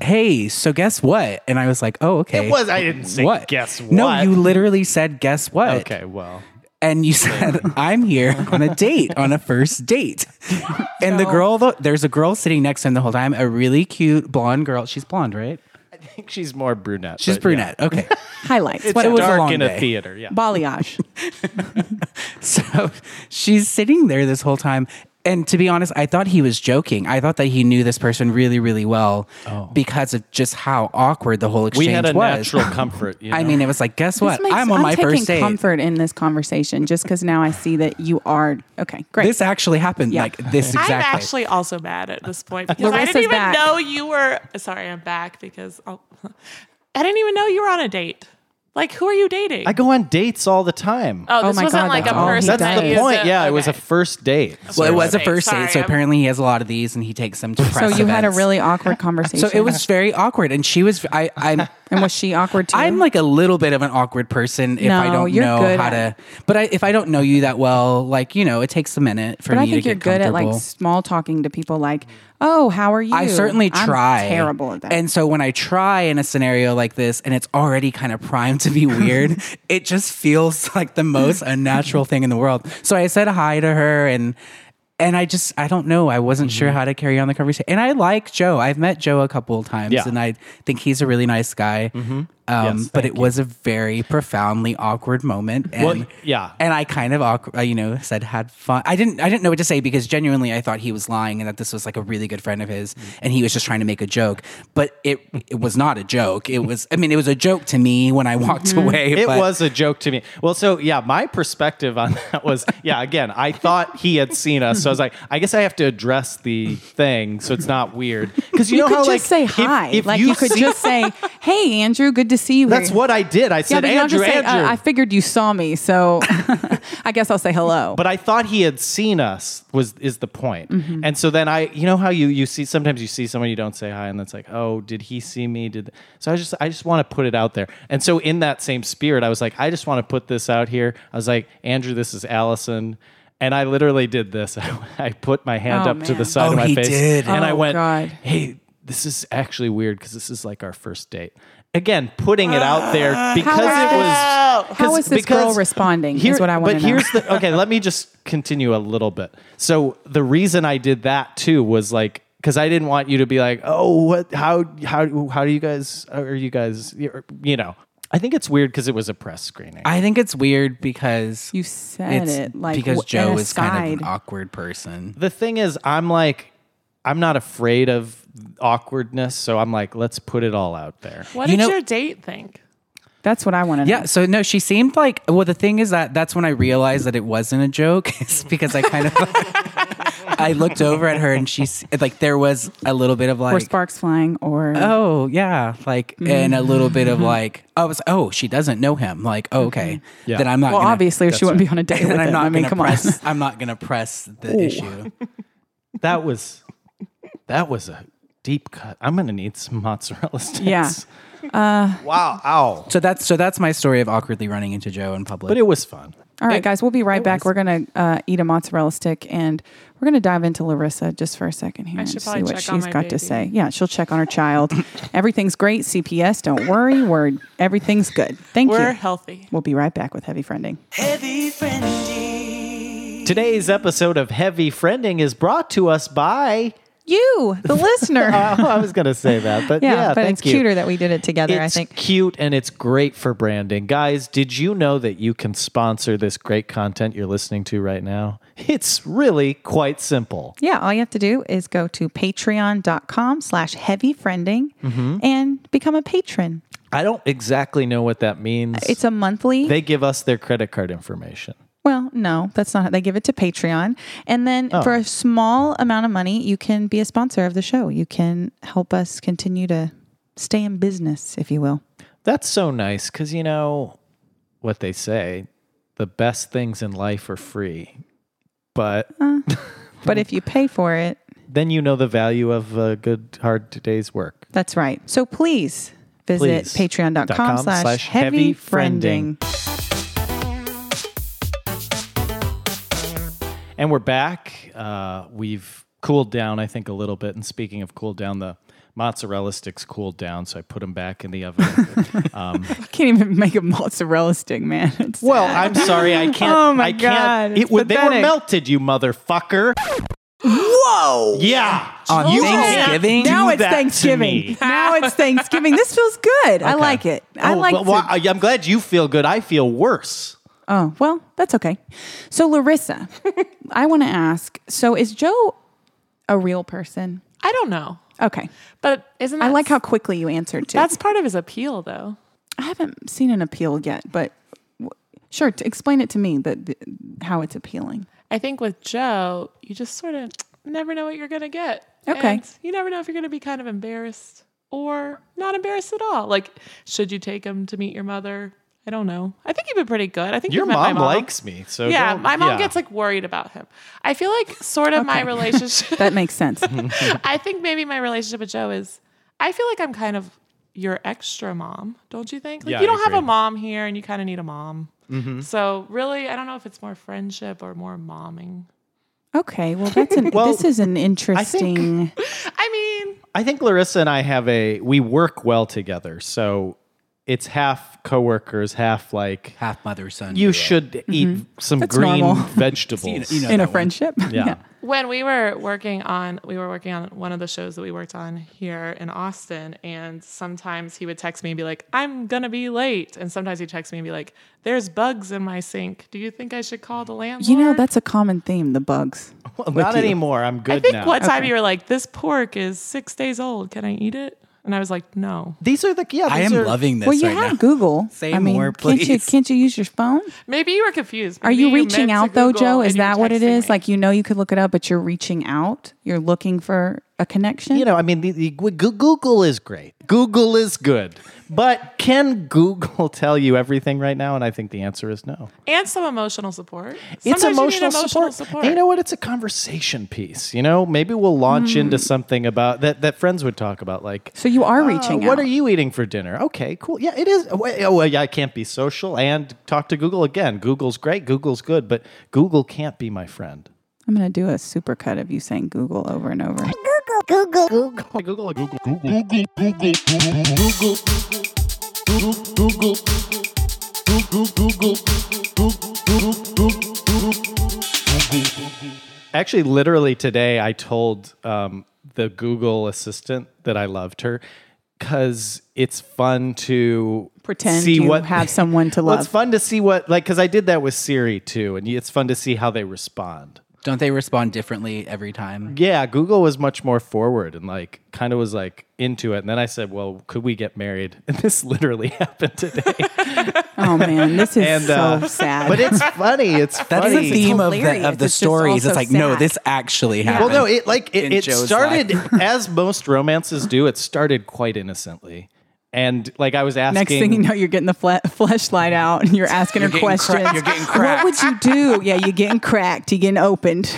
[SPEAKER 5] hey, so guess what? And I was like, oh, okay.
[SPEAKER 2] [LAUGHS] It was- I didn't say, "Guess
[SPEAKER 5] No,
[SPEAKER 2] what?"
[SPEAKER 5] you literally said, guess what?
[SPEAKER 2] okay, well,
[SPEAKER 5] And you said, I'm here on a date, on a first
[SPEAKER 1] [LAUGHS]
[SPEAKER 5] date. and the girl, though, there's a girl sitting next to him the whole time, a really cute blonde girl. She's blonde, right?
[SPEAKER 2] I think she's more brunette.
[SPEAKER 5] She's
[SPEAKER 2] but yeah.
[SPEAKER 5] brunette. Okay.
[SPEAKER 1] Highlights.
[SPEAKER 2] It's
[SPEAKER 1] What
[SPEAKER 5] it was a
[SPEAKER 2] dark
[SPEAKER 5] long
[SPEAKER 2] in a
[SPEAKER 5] day.
[SPEAKER 2] theater. Yeah.
[SPEAKER 1] balayage?
[SPEAKER 5] So she's sitting there this whole time. And to be honest, I thought he was joking. I thought that he knew this person really, really well because of just how awkward the whole
[SPEAKER 2] Oh. we
[SPEAKER 5] exchange
[SPEAKER 2] had a
[SPEAKER 5] was.
[SPEAKER 2] natural comfort. You know?
[SPEAKER 5] [LAUGHS] I mean, it was like, guess [LAUGHS] what?
[SPEAKER 1] This makes-
[SPEAKER 5] I'm on my
[SPEAKER 1] taking
[SPEAKER 5] first date.
[SPEAKER 1] comfort in this conversation just because now I see that you are okay. Great.
[SPEAKER 5] This actually happened.
[SPEAKER 1] Yeah.
[SPEAKER 5] Like this exactly.
[SPEAKER 6] I'm actually also mad at
[SPEAKER 1] [LAUGHS]
[SPEAKER 6] this point because I
[SPEAKER 1] Larissa's
[SPEAKER 6] didn't even
[SPEAKER 1] back.
[SPEAKER 6] know you were. Sorry, I'm back because I'll, [LAUGHS] I didn't even know you were on a date. Like, who are you dating?
[SPEAKER 2] I go on dates all the time.
[SPEAKER 6] oh, this
[SPEAKER 1] my
[SPEAKER 6] wasn't
[SPEAKER 1] God,
[SPEAKER 6] like a
[SPEAKER 1] that's all he
[SPEAKER 6] person.
[SPEAKER 2] That's
[SPEAKER 1] does.
[SPEAKER 6] that
[SPEAKER 2] the
[SPEAKER 6] is
[SPEAKER 2] point.
[SPEAKER 6] a-
[SPEAKER 2] yeah, it was a
[SPEAKER 6] okay.
[SPEAKER 2] first date.
[SPEAKER 5] well, it
[SPEAKER 2] So-
[SPEAKER 5] was a
[SPEAKER 6] Sorry,
[SPEAKER 5] first date, so
[SPEAKER 6] I'm-
[SPEAKER 5] apparently he has a lot of these, and he takes them to
[SPEAKER 1] so
[SPEAKER 5] press.
[SPEAKER 1] you had a
[SPEAKER 5] events.
[SPEAKER 1] really awkward conversation.
[SPEAKER 5] [LAUGHS] So it was very awkward, and she was. I,
[SPEAKER 1] [LAUGHS]
[SPEAKER 5] I'm.
[SPEAKER 1] and was she awkward too?
[SPEAKER 5] [LAUGHS] I'm like a little bit of an awkward person if I
[SPEAKER 1] No,
[SPEAKER 5] don't
[SPEAKER 1] you're
[SPEAKER 5] know
[SPEAKER 1] good
[SPEAKER 5] how
[SPEAKER 1] at
[SPEAKER 5] to. But I, if I don't know you that well, like you know, it takes a minute for
[SPEAKER 1] but
[SPEAKER 5] me
[SPEAKER 1] I think
[SPEAKER 5] to
[SPEAKER 1] you're
[SPEAKER 5] get
[SPEAKER 1] good at like
[SPEAKER 5] comfortable.
[SPEAKER 1] small talking to people. Like, oh, how are you?
[SPEAKER 5] I certainly
[SPEAKER 1] I'm
[SPEAKER 5] try.
[SPEAKER 1] terrible at that.
[SPEAKER 5] And so when I try in a scenario like this, and it's already kind of primed to be weird, it just feels like the most unnatural thing in the world. So I said hi to her and. and I just I don't know. I wasn't sure how to carry on the conversation. And I like Joe. I've met Joe a couple of times,
[SPEAKER 2] Yeah.
[SPEAKER 5] and I think he's a really nice guy. Um,
[SPEAKER 2] Yes,
[SPEAKER 5] but
[SPEAKER 2] thank
[SPEAKER 5] it was a very profoundly awkward moment. And,
[SPEAKER 2] Well, yeah.
[SPEAKER 5] And I kind of awkward, you know, said had fun. I didn't I didn't know what to say because genuinely I thought he was lying and that this was like a really good friend of his and he was just trying to make a joke. But it it was not a joke. It was I mean it was a joke to me when I walked
[SPEAKER 1] Mm-hmm.
[SPEAKER 5] away.
[SPEAKER 2] It
[SPEAKER 5] but-
[SPEAKER 2] was a joke to me. Well, so yeah, my perspective on [LAUGHS] that was yeah, again, I thought he had seen us. So I was like, I guess I have to address the thing so it's not weird. Because you,
[SPEAKER 1] you
[SPEAKER 2] know
[SPEAKER 1] could
[SPEAKER 2] how
[SPEAKER 1] just
[SPEAKER 2] like
[SPEAKER 1] say hi. like you,
[SPEAKER 2] you
[SPEAKER 1] could
[SPEAKER 2] see-
[SPEAKER 1] just
[SPEAKER 5] [LAUGHS]
[SPEAKER 1] say, "Hey, Andrew, good to see you."
[SPEAKER 2] That's
[SPEAKER 1] here."
[SPEAKER 2] what I did. I said,
[SPEAKER 1] but you're not
[SPEAKER 2] Andrew,
[SPEAKER 1] gonna say, uh,
[SPEAKER 2] Andrew.
[SPEAKER 1] I figured you saw me,
[SPEAKER 5] [LAUGHS]
[SPEAKER 1] so [LAUGHS] I guess I'll say hello.
[SPEAKER 2] but I thought he had seen us was is the point.
[SPEAKER 1] Mm-hmm.
[SPEAKER 2] And so then I, you know how you you see sometimes you see someone you don't say hi and that's like, oh, did he see me? Did so I just I just want to put it out there. And so in that same spirit, I was like, I just want to put this out here. I was like, Andrew, this is Allison. And I literally did this. [LAUGHS] I put my hand
[SPEAKER 1] Oh,
[SPEAKER 2] up to
[SPEAKER 1] man.
[SPEAKER 2] the side
[SPEAKER 5] Oh,
[SPEAKER 2] of my
[SPEAKER 5] he
[SPEAKER 2] face,
[SPEAKER 5] did.
[SPEAKER 2] and I
[SPEAKER 1] Oh,
[SPEAKER 2] went,
[SPEAKER 1] God.
[SPEAKER 2] "Hey, this is actually weird because this is like our first date." Again, putting it out there
[SPEAKER 1] is
[SPEAKER 2] because it
[SPEAKER 1] this-
[SPEAKER 2] was
[SPEAKER 1] How is Ah. this girl responding is what I wanna
[SPEAKER 2] But
[SPEAKER 1] know.
[SPEAKER 2] here's the okay. let me just continue a little bit. So the reason I did that too was like because I didn't want you to be like, oh, what? How? How? How do you guys? Are you guys? You know. I think it's weird because it was a press screening.
[SPEAKER 5] I think it's weird because
[SPEAKER 1] you said
[SPEAKER 5] it's
[SPEAKER 1] it like
[SPEAKER 5] because
[SPEAKER 1] w- an
[SPEAKER 5] Joe is kind of an
[SPEAKER 1] aside.
[SPEAKER 5] awkward person.
[SPEAKER 2] the thing is, I'm like, I'm not afraid of awkwardness, so I'm like, let's put it all out there.
[SPEAKER 6] What
[SPEAKER 5] You
[SPEAKER 6] did
[SPEAKER 5] know-
[SPEAKER 6] your date think?
[SPEAKER 1] That's what I want to know.
[SPEAKER 5] Yeah, so no, she seemed like well the thing is that that's when I realized that it wasn't a joke [LAUGHS] is because I kind of I looked over at her and she's like there was a little bit of
[SPEAKER 1] Or
[SPEAKER 5] like
[SPEAKER 1] sparks flying, or
[SPEAKER 5] oh yeah, like and a little bit
[SPEAKER 2] Mm-hmm.
[SPEAKER 5] of like I was oh, she doesn't know him. Like, oh, okay.
[SPEAKER 2] Mm-hmm. Yeah.
[SPEAKER 5] Then I'm not
[SPEAKER 1] well,
[SPEAKER 5] gonna,
[SPEAKER 1] obviously she wouldn't be on a date with
[SPEAKER 5] [LAUGHS] then I'm
[SPEAKER 1] him.
[SPEAKER 5] not
[SPEAKER 1] I mean,
[SPEAKER 5] gonna
[SPEAKER 1] come on.
[SPEAKER 5] press I'm not gonna press the issue.
[SPEAKER 2] That was, that was a deep cut. I'm gonna need some mozzarella sticks.
[SPEAKER 1] Yeah.
[SPEAKER 2] wow. Ow.
[SPEAKER 5] So that's so that's my story of awkwardly running into Joe in public.
[SPEAKER 2] But it was fun.
[SPEAKER 1] All right, guys, we'll be right back. We're gonna uh, eat a mozzarella stick, and we're gonna dive into Larissa just for a second here and
[SPEAKER 6] should
[SPEAKER 1] see
[SPEAKER 6] probably
[SPEAKER 1] what
[SPEAKER 6] check on
[SPEAKER 1] she's
[SPEAKER 6] my
[SPEAKER 1] got
[SPEAKER 6] baby.
[SPEAKER 1] to say. Yeah, she'll check on her
[SPEAKER 6] [LAUGHS]
[SPEAKER 1] child. Everything's great. CPS, don't worry. We're everything's good. Thank
[SPEAKER 6] We're
[SPEAKER 1] you.
[SPEAKER 6] healthy.
[SPEAKER 1] We'll be right back with heavy friending.
[SPEAKER 4] Heavy friending.
[SPEAKER 2] Today's episode of Heavy Friending is brought to us by. [LAUGHS]
[SPEAKER 1] You, the
[SPEAKER 6] [LAUGHS]
[SPEAKER 1] listener.
[SPEAKER 2] Oh, I was going to say that, but
[SPEAKER 1] yeah,
[SPEAKER 2] yeah,
[SPEAKER 1] but
[SPEAKER 2] thank
[SPEAKER 1] it's
[SPEAKER 2] you.
[SPEAKER 1] cuter that we did it together.
[SPEAKER 2] It's
[SPEAKER 1] I think
[SPEAKER 2] cute and it's great for branding. Guys, did you know that you can sponsor this great content you're listening to right now? It's really quite simple.
[SPEAKER 1] Yeah, all you have to do is go to patreon.com slash heavyfriending
[SPEAKER 6] Mm-hmm.
[SPEAKER 1] and become a patron.
[SPEAKER 2] I don't exactly know what that means.
[SPEAKER 1] It's a monthly.
[SPEAKER 2] they give us their credit card information.
[SPEAKER 1] well, no, that's not. They give it to Patreon. And then
[SPEAKER 2] Oh.
[SPEAKER 1] for a small amount of money, you can be a sponsor of the show. You can help us continue to stay in business, if you will.
[SPEAKER 2] That's so nice because you know what they say the best things in life are free, but
[SPEAKER 1] But if you pay for it,
[SPEAKER 2] then you know the value of a good, hard day's work.
[SPEAKER 1] that's right. So please visit
[SPEAKER 2] Please.
[SPEAKER 1] patreon.com
[SPEAKER 2] .com
[SPEAKER 1] slash
[SPEAKER 2] slash heavy friending.
[SPEAKER 1] heavyfriending.
[SPEAKER 2] And we're back. Uh, we've cooled down, I think, a little bit. And speaking of cooled down, the mozzarella sticks cooled down, so I put them back in the [LAUGHS] oven. Uh,
[SPEAKER 1] I can't even make a mozzarella stick, man. [LAUGHS] It's
[SPEAKER 2] well, I'm sorry, I can't.
[SPEAKER 1] Oh my
[SPEAKER 2] I can't,
[SPEAKER 1] God, it's
[SPEAKER 2] It would, they were
[SPEAKER 1] pathetic.
[SPEAKER 2] melted, you motherfucker. Whoa! Yeah,
[SPEAKER 5] On
[SPEAKER 2] You can't
[SPEAKER 5] Thanksgiving.
[SPEAKER 2] do
[SPEAKER 1] now it's
[SPEAKER 2] that to
[SPEAKER 1] Thanksgiving.
[SPEAKER 2] me.
[SPEAKER 1] Now it's Thanksgiving. This feels good.
[SPEAKER 2] [LAUGHS]
[SPEAKER 1] I
[SPEAKER 2] Okay.
[SPEAKER 1] like it. I
[SPEAKER 2] Oh,
[SPEAKER 1] like.
[SPEAKER 2] but
[SPEAKER 1] to-
[SPEAKER 2] why- I'm glad you feel good. I feel worse.
[SPEAKER 1] oh well, that's okay. So
[SPEAKER 5] [LAUGHS]
[SPEAKER 1] Larissa, I want to ask. So is Joe a real person?
[SPEAKER 6] I don't know.
[SPEAKER 1] Okay,
[SPEAKER 6] But isn't that
[SPEAKER 1] I like how quickly you answered too.
[SPEAKER 6] that's part of his appeal though.
[SPEAKER 1] I haven't seen an appeal yet, but w- sure, to explain it to me that the, how it's appealing.
[SPEAKER 6] I think with Joe, you just sort of never know what you're going to get.
[SPEAKER 1] Okay.
[SPEAKER 6] And you never know if you're going to be kind of embarrassed or not embarrassed at all. Like, should you take him to meet your mother? I don't know. I think you've been pretty good. I think
[SPEAKER 2] Your
[SPEAKER 6] you've met
[SPEAKER 2] mom,
[SPEAKER 6] my mom
[SPEAKER 2] likes me, so
[SPEAKER 6] Yeah,
[SPEAKER 2] don't-
[SPEAKER 6] my mom
[SPEAKER 2] yeah.
[SPEAKER 6] gets like worried about him. I feel like sort of my relationship.
[SPEAKER 1] That makes
[SPEAKER 5] [LAUGHS]
[SPEAKER 1] sense.
[SPEAKER 6] [LAUGHS] I think maybe my relationship with Joe is I feel like I'm kind of your extra mom, don't you think? Like
[SPEAKER 2] Yeah,
[SPEAKER 6] you
[SPEAKER 2] I
[SPEAKER 6] don't have a
[SPEAKER 2] agree. Mm-hmm.
[SPEAKER 6] mom here and you kind of need a mom. So really, I don't know if it's more friendship or more momming.
[SPEAKER 1] okay, well that's an
[SPEAKER 2] Well,
[SPEAKER 1] this is an
[SPEAKER 5] [LAUGHS]
[SPEAKER 1] interesting.
[SPEAKER 6] I mean,
[SPEAKER 2] I think Larissa and I have a we work well together, so it's half coworkers, half like
[SPEAKER 5] Half mother son.
[SPEAKER 2] you
[SPEAKER 5] duo.
[SPEAKER 6] Mm-hmm.
[SPEAKER 2] should eat some green
[SPEAKER 1] normal.
[SPEAKER 5] [LAUGHS]
[SPEAKER 2] vegetables.
[SPEAKER 5] You know
[SPEAKER 1] in a
[SPEAKER 5] that one.
[SPEAKER 1] friendship. [LAUGHS]
[SPEAKER 2] yeah.
[SPEAKER 6] when we were working on we were working on one of the shows that we worked on here in austin and sometimes he would text me and be like i'm gonna be late and sometimes he'd text me and be like there's bugs in my sink do you think i should call the landlord
[SPEAKER 1] You know, that's a common theme, the
[SPEAKER 5] [LAUGHS]
[SPEAKER 1] bugs.
[SPEAKER 2] Well, not anymore. I'm good
[SPEAKER 6] i think
[SPEAKER 2] now.
[SPEAKER 6] one time you were like this pork is six days old can i eat it and i was like no
[SPEAKER 2] these are the yeah.
[SPEAKER 5] I
[SPEAKER 2] these
[SPEAKER 5] am
[SPEAKER 2] are-
[SPEAKER 5] loving this
[SPEAKER 1] well, you
[SPEAKER 5] right
[SPEAKER 1] have
[SPEAKER 5] now.
[SPEAKER 1] Google.
[SPEAKER 5] Say
[SPEAKER 1] I mean,
[SPEAKER 5] more,
[SPEAKER 1] Can't you,
[SPEAKER 5] please.
[SPEAKER 1] can't you use your phone?
[SPEAKER 6] maybe you were confused
[SPEAKER 1] Are
[SPEAKER 6] Maybe
[SPEAKER 1] you reaching
[SPEAKER 6] meant to
[SPEAKER 1] out though,
[SPEAKER 6] Google
[SPEAKER 1] Joe?
[SPEAKER 6] and
[SPEAKER 1] Is
[SPEAKER 6] you were
[SPEAKER 1] that what it
[SPEAKER 6] texting
[SPEAKER 1] is?
[SPEAKER 6] me.
[SPEAKER 1] Like you know you could look it up, but you're reaching out. You're looking for a connection.
[SPEAKER 2] You know, I mean, the, the, Goo- Google is great. Google is good, but can Google [LAUGHS] tell you everything right now? And I think the answer is no.
[SPEAKER 6] and some emotional support
[SPEAKER 2] it's
[SPEAKER 6] Sometimes you need
[SPEAKER 2] emotional, support.
[SPEAKER 6] support.
[SPEAKER 2] And you know what? It's a conversation piece. You know, maybe we'll launch
[SPEAKER 6] Mm.
[SPEAKER 2] into something about that that friends would talk about, like.
[SPEAKER 1] so you are
[SPEAKER 2] "Ah,
[SPEAKER 1] reaching out.
[SPEAKER 2] What are you eating for dinner? Okay, cool. Yeah, it is. Oh, wait, oh, well, yeah, I can't be social and talk to Google again. Google's great. Google's good, but Google can't be my friend.
[SPEAKER 1] I'm going to do a supercut of you saying Google over and over.
[SPEAKER 2] Google, Google, Actually, literally today, I told um, the Google assistant that I loved her because it's fun to
[SPEAKER 1] Pretend
[SPEAKER 2] see
[SPEAKER 1] you
[SPEAKER 2] what [LAUGHS]
[SPEAKER 1] have someone to
[SPEAKER 2] Well, it's
[SPEAKER 1] love.
[SPEAKER 2] fun to see what like because I did that with Siri too, and it's fun to see how they respond.
[SPEAKER 5] Don't they respond differently every time?
[SPEAKER 2] Yeah, Google was much more forward and like kind of was like into it. And then I said, "Well, could we get married?" [LAUGHS] And this literally happened today.
[SPEAKER 1] Oh man, this is
[SPEAKER 2] And
[SPEAKER 1] so
[SPEAKER 2] uh,
[SPEAKER 1] sad.
[SPEAKER 2] but it's funny. It's
[SPEAKER 5] That's
[SPEAKER 2] funny.
[SPEAKER 5] the theme of
[SPEAKER 1] hilarious.
[SPEAKER 5] the, of the
[SPEAKER 1] It's just
[SPEAKER 5] stories.
[SPEAKER 1] also
[SPEAKER 5] It's like, no,
[SPEAKER 1] sad.
[SPEAKER 5] this actually happened.
[SPEAKER 2] well, no, it like it,
[SPEAKER 5] in
[SPEAKER 2] it
[SPEAKER 5] Joe's
[SPEAKER 2] started
[SPEAKER 5] life.
[SPEAKER 2] as most romances do. It started quite innocently, and like I was
[SPEAKER 1] [LAUGHS]
[SPEAKER 2] asking.
[SPEAKER 1] Next thing you know, you're getting the fle- fleshlight out and you're asking her
[SPEAKER 5] getting cra-
[SPEAKER 1] questions.
[SPEAKER 5] you're getting
[SPEAKER 1] What would you do? Yeah, you're getting cracked. You're getting opened.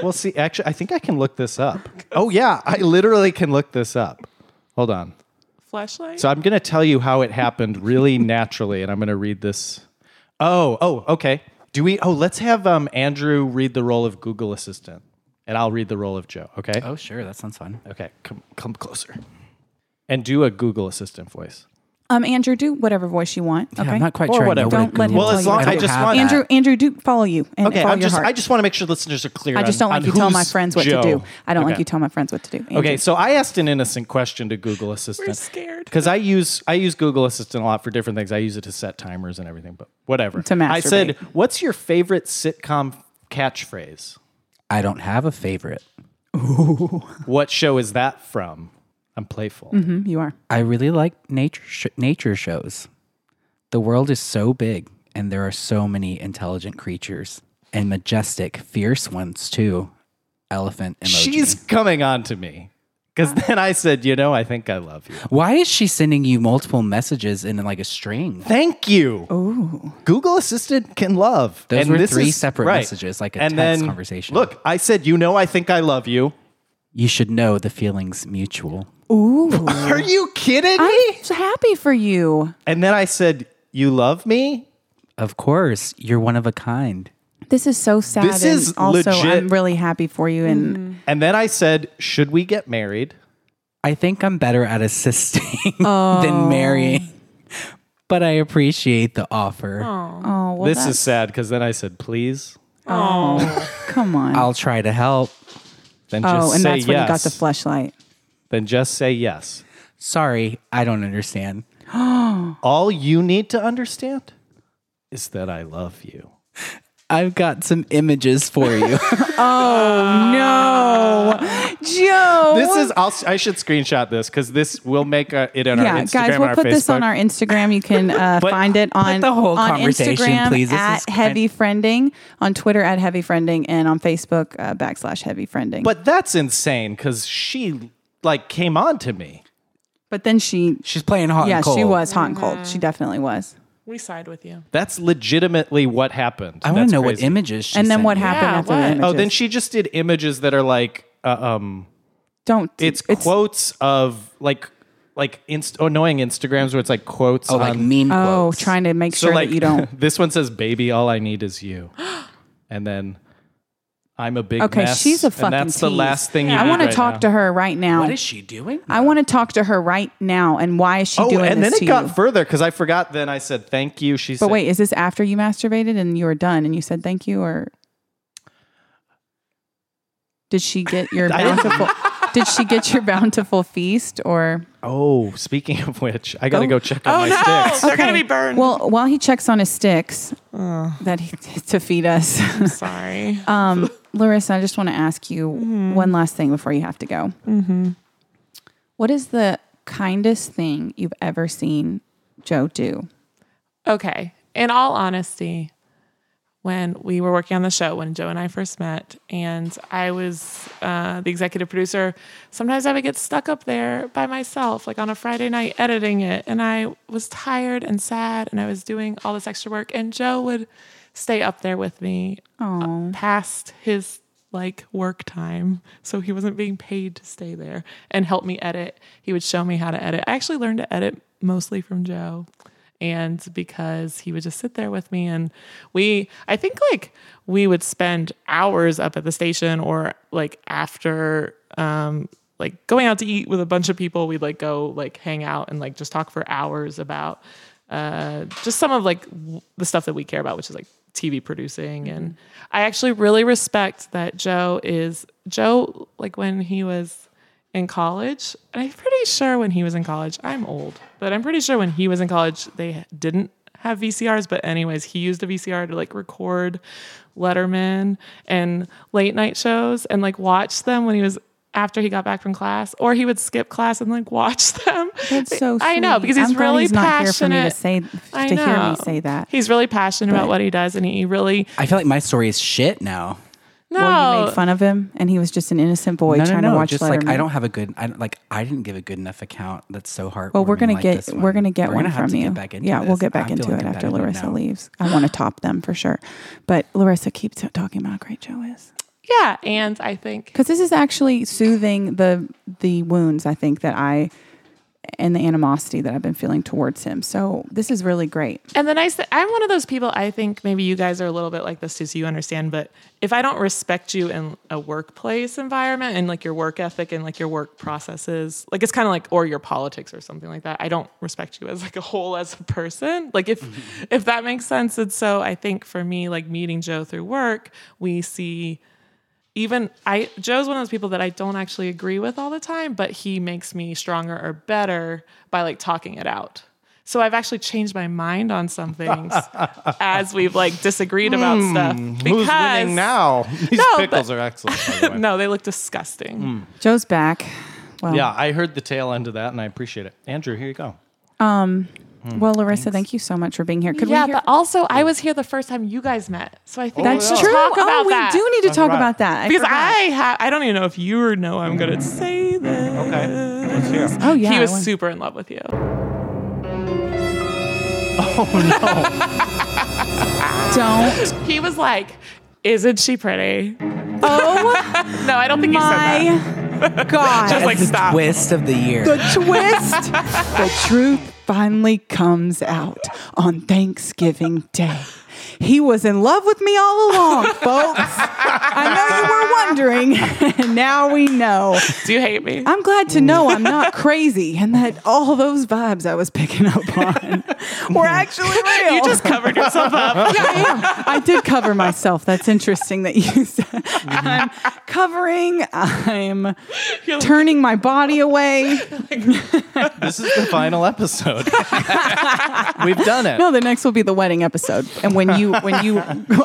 [SPEAKER 2] Well, see, actually, I think I can look this up. Oh yeah, I literally can look this up. Hold on.
[SPEAKER 6] flashlight
[SPEAKER 2] So I'm going to tell you how it happened really naturally, and I'm going to read this. Oh, oh, okay. Do we? Oh, let's have um, Andrew read the role of Google Assistant, and I'll read the role of Joe. Okay.
[SPEAKER 5] oh, sure. That sounds fun.
[SPEAKER 2] Okay. Come, come closer, and do a Google Assistant voice.
[SPEAKER 1] Um, Andrew, do whatever voice you want.
[SPEAKER 5] Yeah,
[SPEAKER 1] okay.
[SPEAKER 5] I'm not quite
[SPEAKER 2] Or
[SPEAKER 5] sure.
[SPEAKER 2] whatever.
[SPEAKER 5] I know what a
[SPEAKER 1] Don't let him
[SPEAKER 5] Google
[SPEAKER 1] tell
[SPEAKER 5] is.
[SPEAKER 1] you
[SPEAKER 5] I
[SPEAKER 1] what
[SPEAKER 5] don't
[SPEAKER 2] to do.
[SPEAKER 5] have
[SPEAKER 2] Well, as long-
[SPEAKER 5] that.
[SPEAKER 1] Andrew, Andrew, do follow you and
[SPEAKER 2] Okay.
[SPEAKER 1] follow
[SPEAKER 2] I'm
[SPEAKER 1] your
[SPEAKER 2] just.
[SPEAKER 1] heart.
[SPEAKER 2] I just want to make sure listeners are clear.
[SPEAKER 1] I just
[SPEAKER 2] on-
[SPEAKER 1] don't like
[SPEAKER 2] on
[SPEAKER 1] you telling my
[SPEAKER 2] who's
[SPEAKER 1] friends what
[SPEAKER 2] Joe.
[SPEAKER 1] to do. I don't like
[SPEAKER 2] Okay.
[SPEAKER 1] you telling my friends what to do. Andrew.
[SPEAKER 2] Okay, so I asked an innocent question to Google Assistant.
[SPEAKER 6] scared.
[SPEAKER 2] because I use I use Google Assistant a lot for different things. I use it to set timers and everything, but whatever.
[SPEAKER 1] To masturbate.
[SPEAKER 2] I said, "What's your favorite sitcom catchphrase?
[SPEAKER 5] I don't have a favorite.
[SPEAKER 2] What show is that from?" I'm playful.
[SPEAKER 1] Mhm, you are.
[SPEAKER 5] I really like nature sh- nature shows. The world is so big, and there are so many intelligent creatures and majestic, fierce ones too. Elephant emoji.
[SPEAKER 2] She's coming on to me because then I said, "You know, I think I love you."
[SPEAKER 5] Why is she sending you multiple messages in like a string?
[SPEAKER 2] Thank you. Google Assistant can love.
[SPEAKER 5] Those were
[SPEAKER 2] this
[SPEAKER 5] three
[SPEAKER 2] is-
[SPEAKER 5] separate
[SPEAKER 2] right.
[SPEAKER 5] messages, like a
[SPEAKER 2] and
[SPEAKER 5] text
[SPEAKER 2] then,
[SPEAKER 5] conversation.
[SPEAKER 2] Look, I said, "You know, I think I love you."
[SPEAKER 5] You should know the feelings mutual.
[SPEAKER 2] Are you kidding me?
[SPEAKER 1] I'm so happy for you.
[SPEAKER 2] And then I said, "You love me."
[SPEAKER 5] Of course, you're one of a kind.
[SPEAKER 1] This is so sad.
[SPEAKER 2] This
[SPEAKER 1] and
[SPEAKER 2] is
[SPEAKER 1] also
[SPEAKER 2] legit.
[SPEAKER 1] I'm really happy for you and
[SPEAKER 2] And then I said, "Should we get married?"
[SPEAKER 5] I think I'm better at assisting [LAUGHS] than marrying, but I appreciate the offer.
[SPEAKER 1] oh well
[SPEAKER 2] this
[SPEAKER 1] that's- oh,
[SPEAKER 2] is sad because then I said, "Please."
[SPEAKER 1] [LAUGHS] come on.
[SPEAKER 5] I'll try to help.
[SPEAKER 2] Then just
[SPEAKER 1] oh, and
[SPEAKER 2] say
[SPEAKER 1] that's
[SPEAKER 2] yes.
[SPEAKER 1] when you got the flashlight.
[SPEAKER 2] then just say yes.
[SPEAKER 5] Sorry, I don't understand.
[SPEAKER 2] All you need to understand is that I love you.
[SPEAKER 5] I've got some images for you.
[SPEAKER 1] Joe
[SPEAKER 2] This is. I'll, I should screenshot this because this will make uh it on our
[SPEAKER 1] yeah,
[SPEAKER 2] Instagram.
[SPEAKER 1] guys,
[SPEAKER 2] and
[SPEAKER 1] we'll
[SPEAKER 2] our
[SPEAKER 1] put
[SPEAKER 2] Facebook.
[SPEAKER 1] this on our Instagram. You
[SPEAKER 2] [LAUGHS]
[SPEAKER 1] can uh, find it on
[SPEAKER 5] the whole
[SPEAKER 1] on
[SPEAKER 5] conversation,
[SPEAKER 1] Instagram
[SPEAKER 5] please. This
[SPEAKER 1] at
[SPEAKER 5] is kind-
[SPEAKER 1] Heavy Friending, on Twitter at Heavy Friending, and on Facebook uh, backslash Heavy Friending.
[SPEAKER 2] But that's insane because she like came on to me.
[SPEAKER 1] but then she,
[SPEAKER 5] [LAUGHS] She's playing hot
[SPEAKER 1] yeah,
[SPEAKER 5] and cold.
[SPEAKER 1] she was hot and cold. She definitely was.
[SPEAKER 6] we side with you.
[SPEAKER 2] That's legitimately what happened.
[SPEAKER 5] I want
[SPEAKER 2] That's
[SPEAKER 5] to know what
[SPEAKER 2] crazy.
[SPEAKER 5] images. She
[SPEAKER 1] and then
[SPEAKER 5] sent
[SPEAKER 1] what
[SPEAKER 5] me.
[SPEAKER 6] Yeah,
[SPEAKER 1] happened after
[SPEAKER 6] what?
[SPEAKER 1] the images?
[SPEAKER 2] Oh, then she just did images that are like, uh, um,
[SPEAKER 1] don't.
[SPEAKER 2] it's, quotes of like, like inst- annoying Instagrams where it's like quotes.
[SPEAKER 5] Oh, like
[SPEAKER 2] on-
[SPEAKER 5] mean
[SPEAKER 1] oh,
[SPEAKER 5] quotes.
[SPEAKER 1] trying to make sure that you don't.
[SPEAKER 2] this one says, "Baby, all I need is you," [GASPS] and then I'm a [LAUGHS] big
[SPEAKER 1] Okay,
[SPEAKER 2] mess,"
[SPEAKER 1] she's a fucking.
[SPEAKER 2] And that's the
[SPEAKER 1] tease.
[SPEAKER 2] last thing you
[SPEAKER 1] I
[SPEAKER 2] need
[SPEAKER 1] want to
[SPEAKER 2] right
[SPEAKER 1] talk
[SPEAKER 2] now.
[SPEAKER 1] to her right now.
[SPEAKER 5] What is she doing?
[SPEAKER 1] I want to talk to her right now. And why is she
[SPEAKER 2] Oh,
[SPEAKER 1] doing
[SPEAKER 2] and
[SPEAKER 1] this
[SPEAKER 2] then
[SPEAKER 1] to
[SPEAKER 2] it got
[SPEAKER 1] you?
[SPEAKER 2] further because I forgot. Then I said, "Thank you." She
[SPEAKER 1] but
[SPEAKER 2] said,
[SPEAKER 1] wait, is this after you masturbated and you were done and you said thank you, or Did she get your
[SPEAKER 2] [LAUGHS] I didn't-
[SPEAKER 1] bountiful? did she get your bountiful feast or?
[SPEAKER 2] Oh, speaking of which, I got to
[SPEAKER 1] Oh.
[SPEAKER 2] go check on my sticks.
[SPEAKER 6] Oh, They're gonna be burned.
[SPEAKER 1] Well, while he checks on his sticks
[SPEAKER 2] Uh.
[SPEAKER 1] that he, [LAUGHS] to feed us,
[SPEAKER 2] [LAUGHS]
[SPEAKER 6] Sorry.
[SPEAKER 1] um, Larissa, I just want to ask you one last thing before you have to go. What is the kindest thing you've ever seen Joe do?
[SPEAKER 6] Okay. In all honesty, when we were working on the show, when Joe and I first met, and I was uh, the executive producer, sometimes I would get stuck up there by myself, like on a Friday night editing it. And I was tired and sad, and I was doing all this extra work. And Joe would stay up there with me uh,
[SPEAKER 1] Oh,
[SPEAKER 6] past his like work time so he wasn't being paid to stay there and help me edit he would show me how to edit i actually learned to edit mostly from joe and because he would just sit there with me and we i think like we would spend hours up at the station or like after um like going out to eat with a bunch of people we'd like go like hang out and like just talk for hours about uh, just some of like w- the stuff that we care about, which is like TV producing. And I actually really respect that Joe is Joe. Like when he was in college, and I'm pretty sure when he was in college, I'm old, but I'm pretty sure when he was in college, they didn't have VCRs. But anyways, he used a VCR to like record Letterman and late night shows and like watch them when he was. After he got back from class, or he would skip class and like watch [LAUGHS] them.
[SPEAKER 1] that's so. Sweet.
[SPEAKER 6] I know because he's
[SPEAKER 1] I'm glad
[SPEAKER 6] really
[SPEAKER 1] he's not
[SPEAKER 6] passionate
[SPEAKER 1] Here for me to say,
[SPEAKER 6] I
[SPEAKER 1] to hear
[SPEAKER 6] know.
[SPEAKER 1] me say that.
[SPEAKER 6] He's really passionate about what he does, and he really
[SPEAKER 5] I feel like my story is shit now.
[SPEAKER 6] no.
[SPEAKER 1] Well, you made fun of him, and he was just an innocent boy
[SPEAKER 5] no, no,
[SPEAKER 1] trying
[SPEAKER 5] no.
[SPEAKER 1] to watch
[SPEAKER 5] just
[SPEAKER 1] Letterman.
[SPEAKER 5] like I don't have a good. I don't, like I didn't give a good enough account. That's so hard.
[SPEAKER 1] Well, we're gonna get we're gonna get
[SPEAKER 5] we're
[SPEAKER 1] one
[SPEAKER 5] gonna have
[SPEAKER 1] from
[SPEAKER 5] to
[SPEAKER 1] you.
[SPEAKER 5] Get back into
[SPEAKER 1] yeah, we'll
[SPEAKER 5] this.
[SPEAKER 1] get back
[SPEAKER 5] I'm
[SPEAKER 1] into
[SPEAKER 5] feeling
[SPEAKER 1] it after
[SPEAKER 5] competitive
[SPEAKER 1] Larissa
[SPEAKER 5] now.
[SPEAKER 1] leaves. I
[SPEAKER 5] [GASPS]
[SPEAKER 1] want to top them for sure, but Larissa keeps talking about how great Joe is
[SPEAKER 6] yeah, and I think
[SPEAKER 1] because this is actually soothing the the wounds I think that I and the animosity that I've been feeling towards him. So this is really great.
[SPEAKER 6] And the nice thing, I'm one of those people, I think maybe you guys are a little bit like this too, so you understand, but if I don't respect you in a workplace environment and like your work ethic and like your work processes, like it's kind of like, or your politics or something like that, I don't respect you as like a whole as a person. Like if,
[SPEAKER 1] Mm-hmm.
[SPEAKER 6] if that makes sense. And so I think for me, like meeting Joe through work, we see even I, Joe's one of those people that I don't actually agree with all the time, but he makes me stronger or better by like talking it out. So I've actually changed my mind on
[SPEAKER 2] [LAUGHS]
[SPEAKER 6] some things as we've like disagreed about stuff.
[SPEAKER 2] [LAUGHS] Hmm. Who's
[SPEAKER 1] [LAUGHS]
[SPEAKER 2] winning now? These
[SPEAKER 6] No,
[SPEAKER 2] pickles
[SPEAKER 6] but-
[SPEAKER 2] are excellent. by the way.
[SPEAKER 6] [LAUGHS] No, they look disgusting.
[SPEAKER 2] Hmm.
[SPEAKER 1] Joe's back. Well,
[SPEAKER 2] Yeah, I heard the tail end of that, and I appreciate it. Andrew, here you go.
[SPEAKER 6] Hmm,
[SPEAKER 1] well, Larissa, thank you so much for being here. Could we
[SPEAKER 6] yeah,
[SPEAKER 1] hear?
[SPEAKER 6] but also I was here the first time you guys met, so I think
[SPEAKER 1] That's
[SPEAKER 6] we should
[SPEAKER 1] true.
[SPEAKER 6] Talk about
[SPEAKER 1] oh, we
[SPEAKER 6] that.
[SPEAKER 1] do need to talk
[SPEAKER 2] right.
[SPEAKER 1] about that I
[SPEAKER 6] because
[SPEAKER 1] forgot.
[SPEAKER 6] I have I don't even know if you know I'm gonna say this.
[SPEAKER 2] Hmm. Okay, let's hear. it.
[SPEAKER 1] Oh yeah,
[SPEAKER 6] he
[SPEAKER 1] I
[SPEAKER 6] was
[SPEAKER 1] want-
[SPEAKER 6] super in love with you.
[SPEAKER 1] Don't.
[SPEAKER 6] He was like, "Isn't she pretty?"
[SPEAKER 1] Oh
[SPEAKER 6] [LAUGHS] No, I don't think he said that.
[SPEAKER 1] my God.
[SPEAKER 6] [LAUGHS] Just like
[SPEAKER 5] That's the
[SPEAKER 6] stop.
[SPEAKER 5] twist of the year.
[SPEAKER 1] the twist. the truth finally comes out on Thanksgiving Day. He was in love with me all along, folks. I know you were wondering, [LAUGHS] and now we know.
[SPEAKER 6] Do you hate me?
[SPEAKER 1] I'm glad to know I'm not crazy and that all those vibes I was picking up
[SPEAKER 6] [LAUGHS]
[SPEAKER 1] on were actually real.
[SPEAKER 6] you just covered yourself up.
[SPEAKER 1] I am. I did cover myself. That's interesting that you said
[SPEAKER 6] Mm-hmm.
[SPEAKER 1] I'm covering, I'm
[SPEAKER 6] You're like-
[SPEAKER 1] turning my body away.
[SPEAKER 2] This is the [LAUGHS] final episode. [LAUGHS] We've done it.
[SPEAKER 1] No, the next will be the wedding episode, and when you when
[SPEAKER 5] [LAUGHS]
[SPEAKER 1] you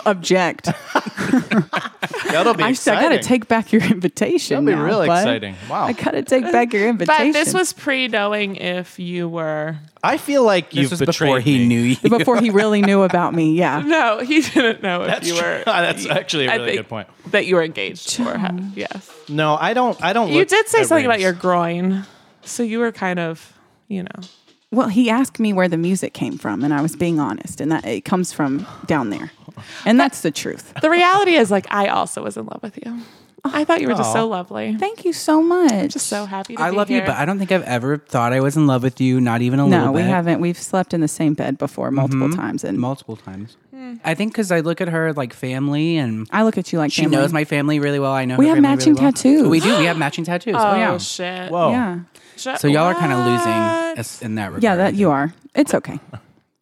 [SPEAKER 1] object,
[SPEAKER 2] That'll be
[SPEAKER 1] I, s- I
[SPEAKER 2] exciting.
[SPEAKER 1] gotta take back your invitation.
[SPEAKER 2] That'll be
[SPEAKER 1] now,
[SPEAKER 2] really
[SPEAKER 1] bud.
[SPEAKER 2] exciting. Wow.
[SPEAKER 1] I gotta take back your invitation.
[SPEAKER 6] But this was pre knowing if you were.
[SPEAKER 2] I feel like
[SPEAKER 5] this
[SPEAKER 2] you've
[SPEAKER 5] was
[SPEAKER 2] betrayed
[SPEAKER 5] before he
[SPEAKER 2] me.
[SPEAKER 5] knew
[SPEAKER 1] [LAUGHS]
[SPEAKER 5] you.
[SPEAKER 1] before he really knew about me.
[SPEAKER 6] [LAUGHS]
[SPEAKER 1] Yeah,
[SPEAKER 6] No, he didn't know if
[SPEAKER 2] That's
[SPEAKER 6] you
[SPEAKER 2] true.
[SPEAKER 5] [LAUGHS]
[SPEAKER 6] were.
[SPEAKER 2] [LAUGHS] That's actually a
[SPEAKER 6] I
[SPEAKER 2] really
[SPEAKER 6] think
[SPEAKER 2] good point.
[SPEAKER 6] That you were engaged or had. Yes.
[SPEAKER 2] No, I don't. I don't.
[SPEAKER 6] You
[SPEAKER 2] look
[SPEAKER 6] did say
[SPEAKER 2] at
[SPEAKER 6] something about
[SPEAKER 2] rings.
[SPEAKER 6] your groin. So you were kind of, you know.
[SPEAKER 1] well, he asked me where the music came from, and I was being honest, and that it comes from down there, and that's the truth.
[SPEAKER 6] The reality is, like, I also was in love with you. I thought you were just so lovely.
[SPEAKER 1] Thank you so much.
[SPEAKER 6] Just so happy to
[SPEAKER 5] I
[SPEAKER 6] be
[SPEAKER 5] love you,
[SPEAKER 6] here.
[SPEAKER 5] but I don't think I've ever thought I was in love with you. Not even a
[SPEAKER 1] no,
[SPEAKER 5] little
[SPEAKER 1] we
[SPEAKER 5] bit. Mm-hmm.
[SPEAKER 1] haven't. We've slept in the same bed before multiple times, and
[SPEAKER 5] multiple times.
[SPEAKER 2] Hmm.
[SPEAKER 5] I think because I look at her like family, and
[SPEAKER 1] I look at you like
[SPEAKER 5] she
[SPEAKER 1] family.
[SPEAKER 5] knows my family really well. I know
[SPEAKER 1] We
[SPEAKER 5] her
[SPEAKER 1] have
[SPEAKER 5] family
[SPEAKER 1] matching
[SPEAKER 5] really well.
[SPEAKER 1] tattoos.
[SPEAKER 5] We do. We have matching tattoos. oh,
[SPEAKER 6] Oh,
[SPEAKER 5] yeah.
[SPEAKER 6] shit.
[SPEAKER 2] Whoa.
[SPEAKER 1] Yeah,
[SPEAKER 6] Shut-
[SPEAKER 5] So y'all are kind of
[SPEAKER 6] what?
[SPEAKER 5] losing us in that regard.
[SPEAKER 1] yeah. That you are. It's okay.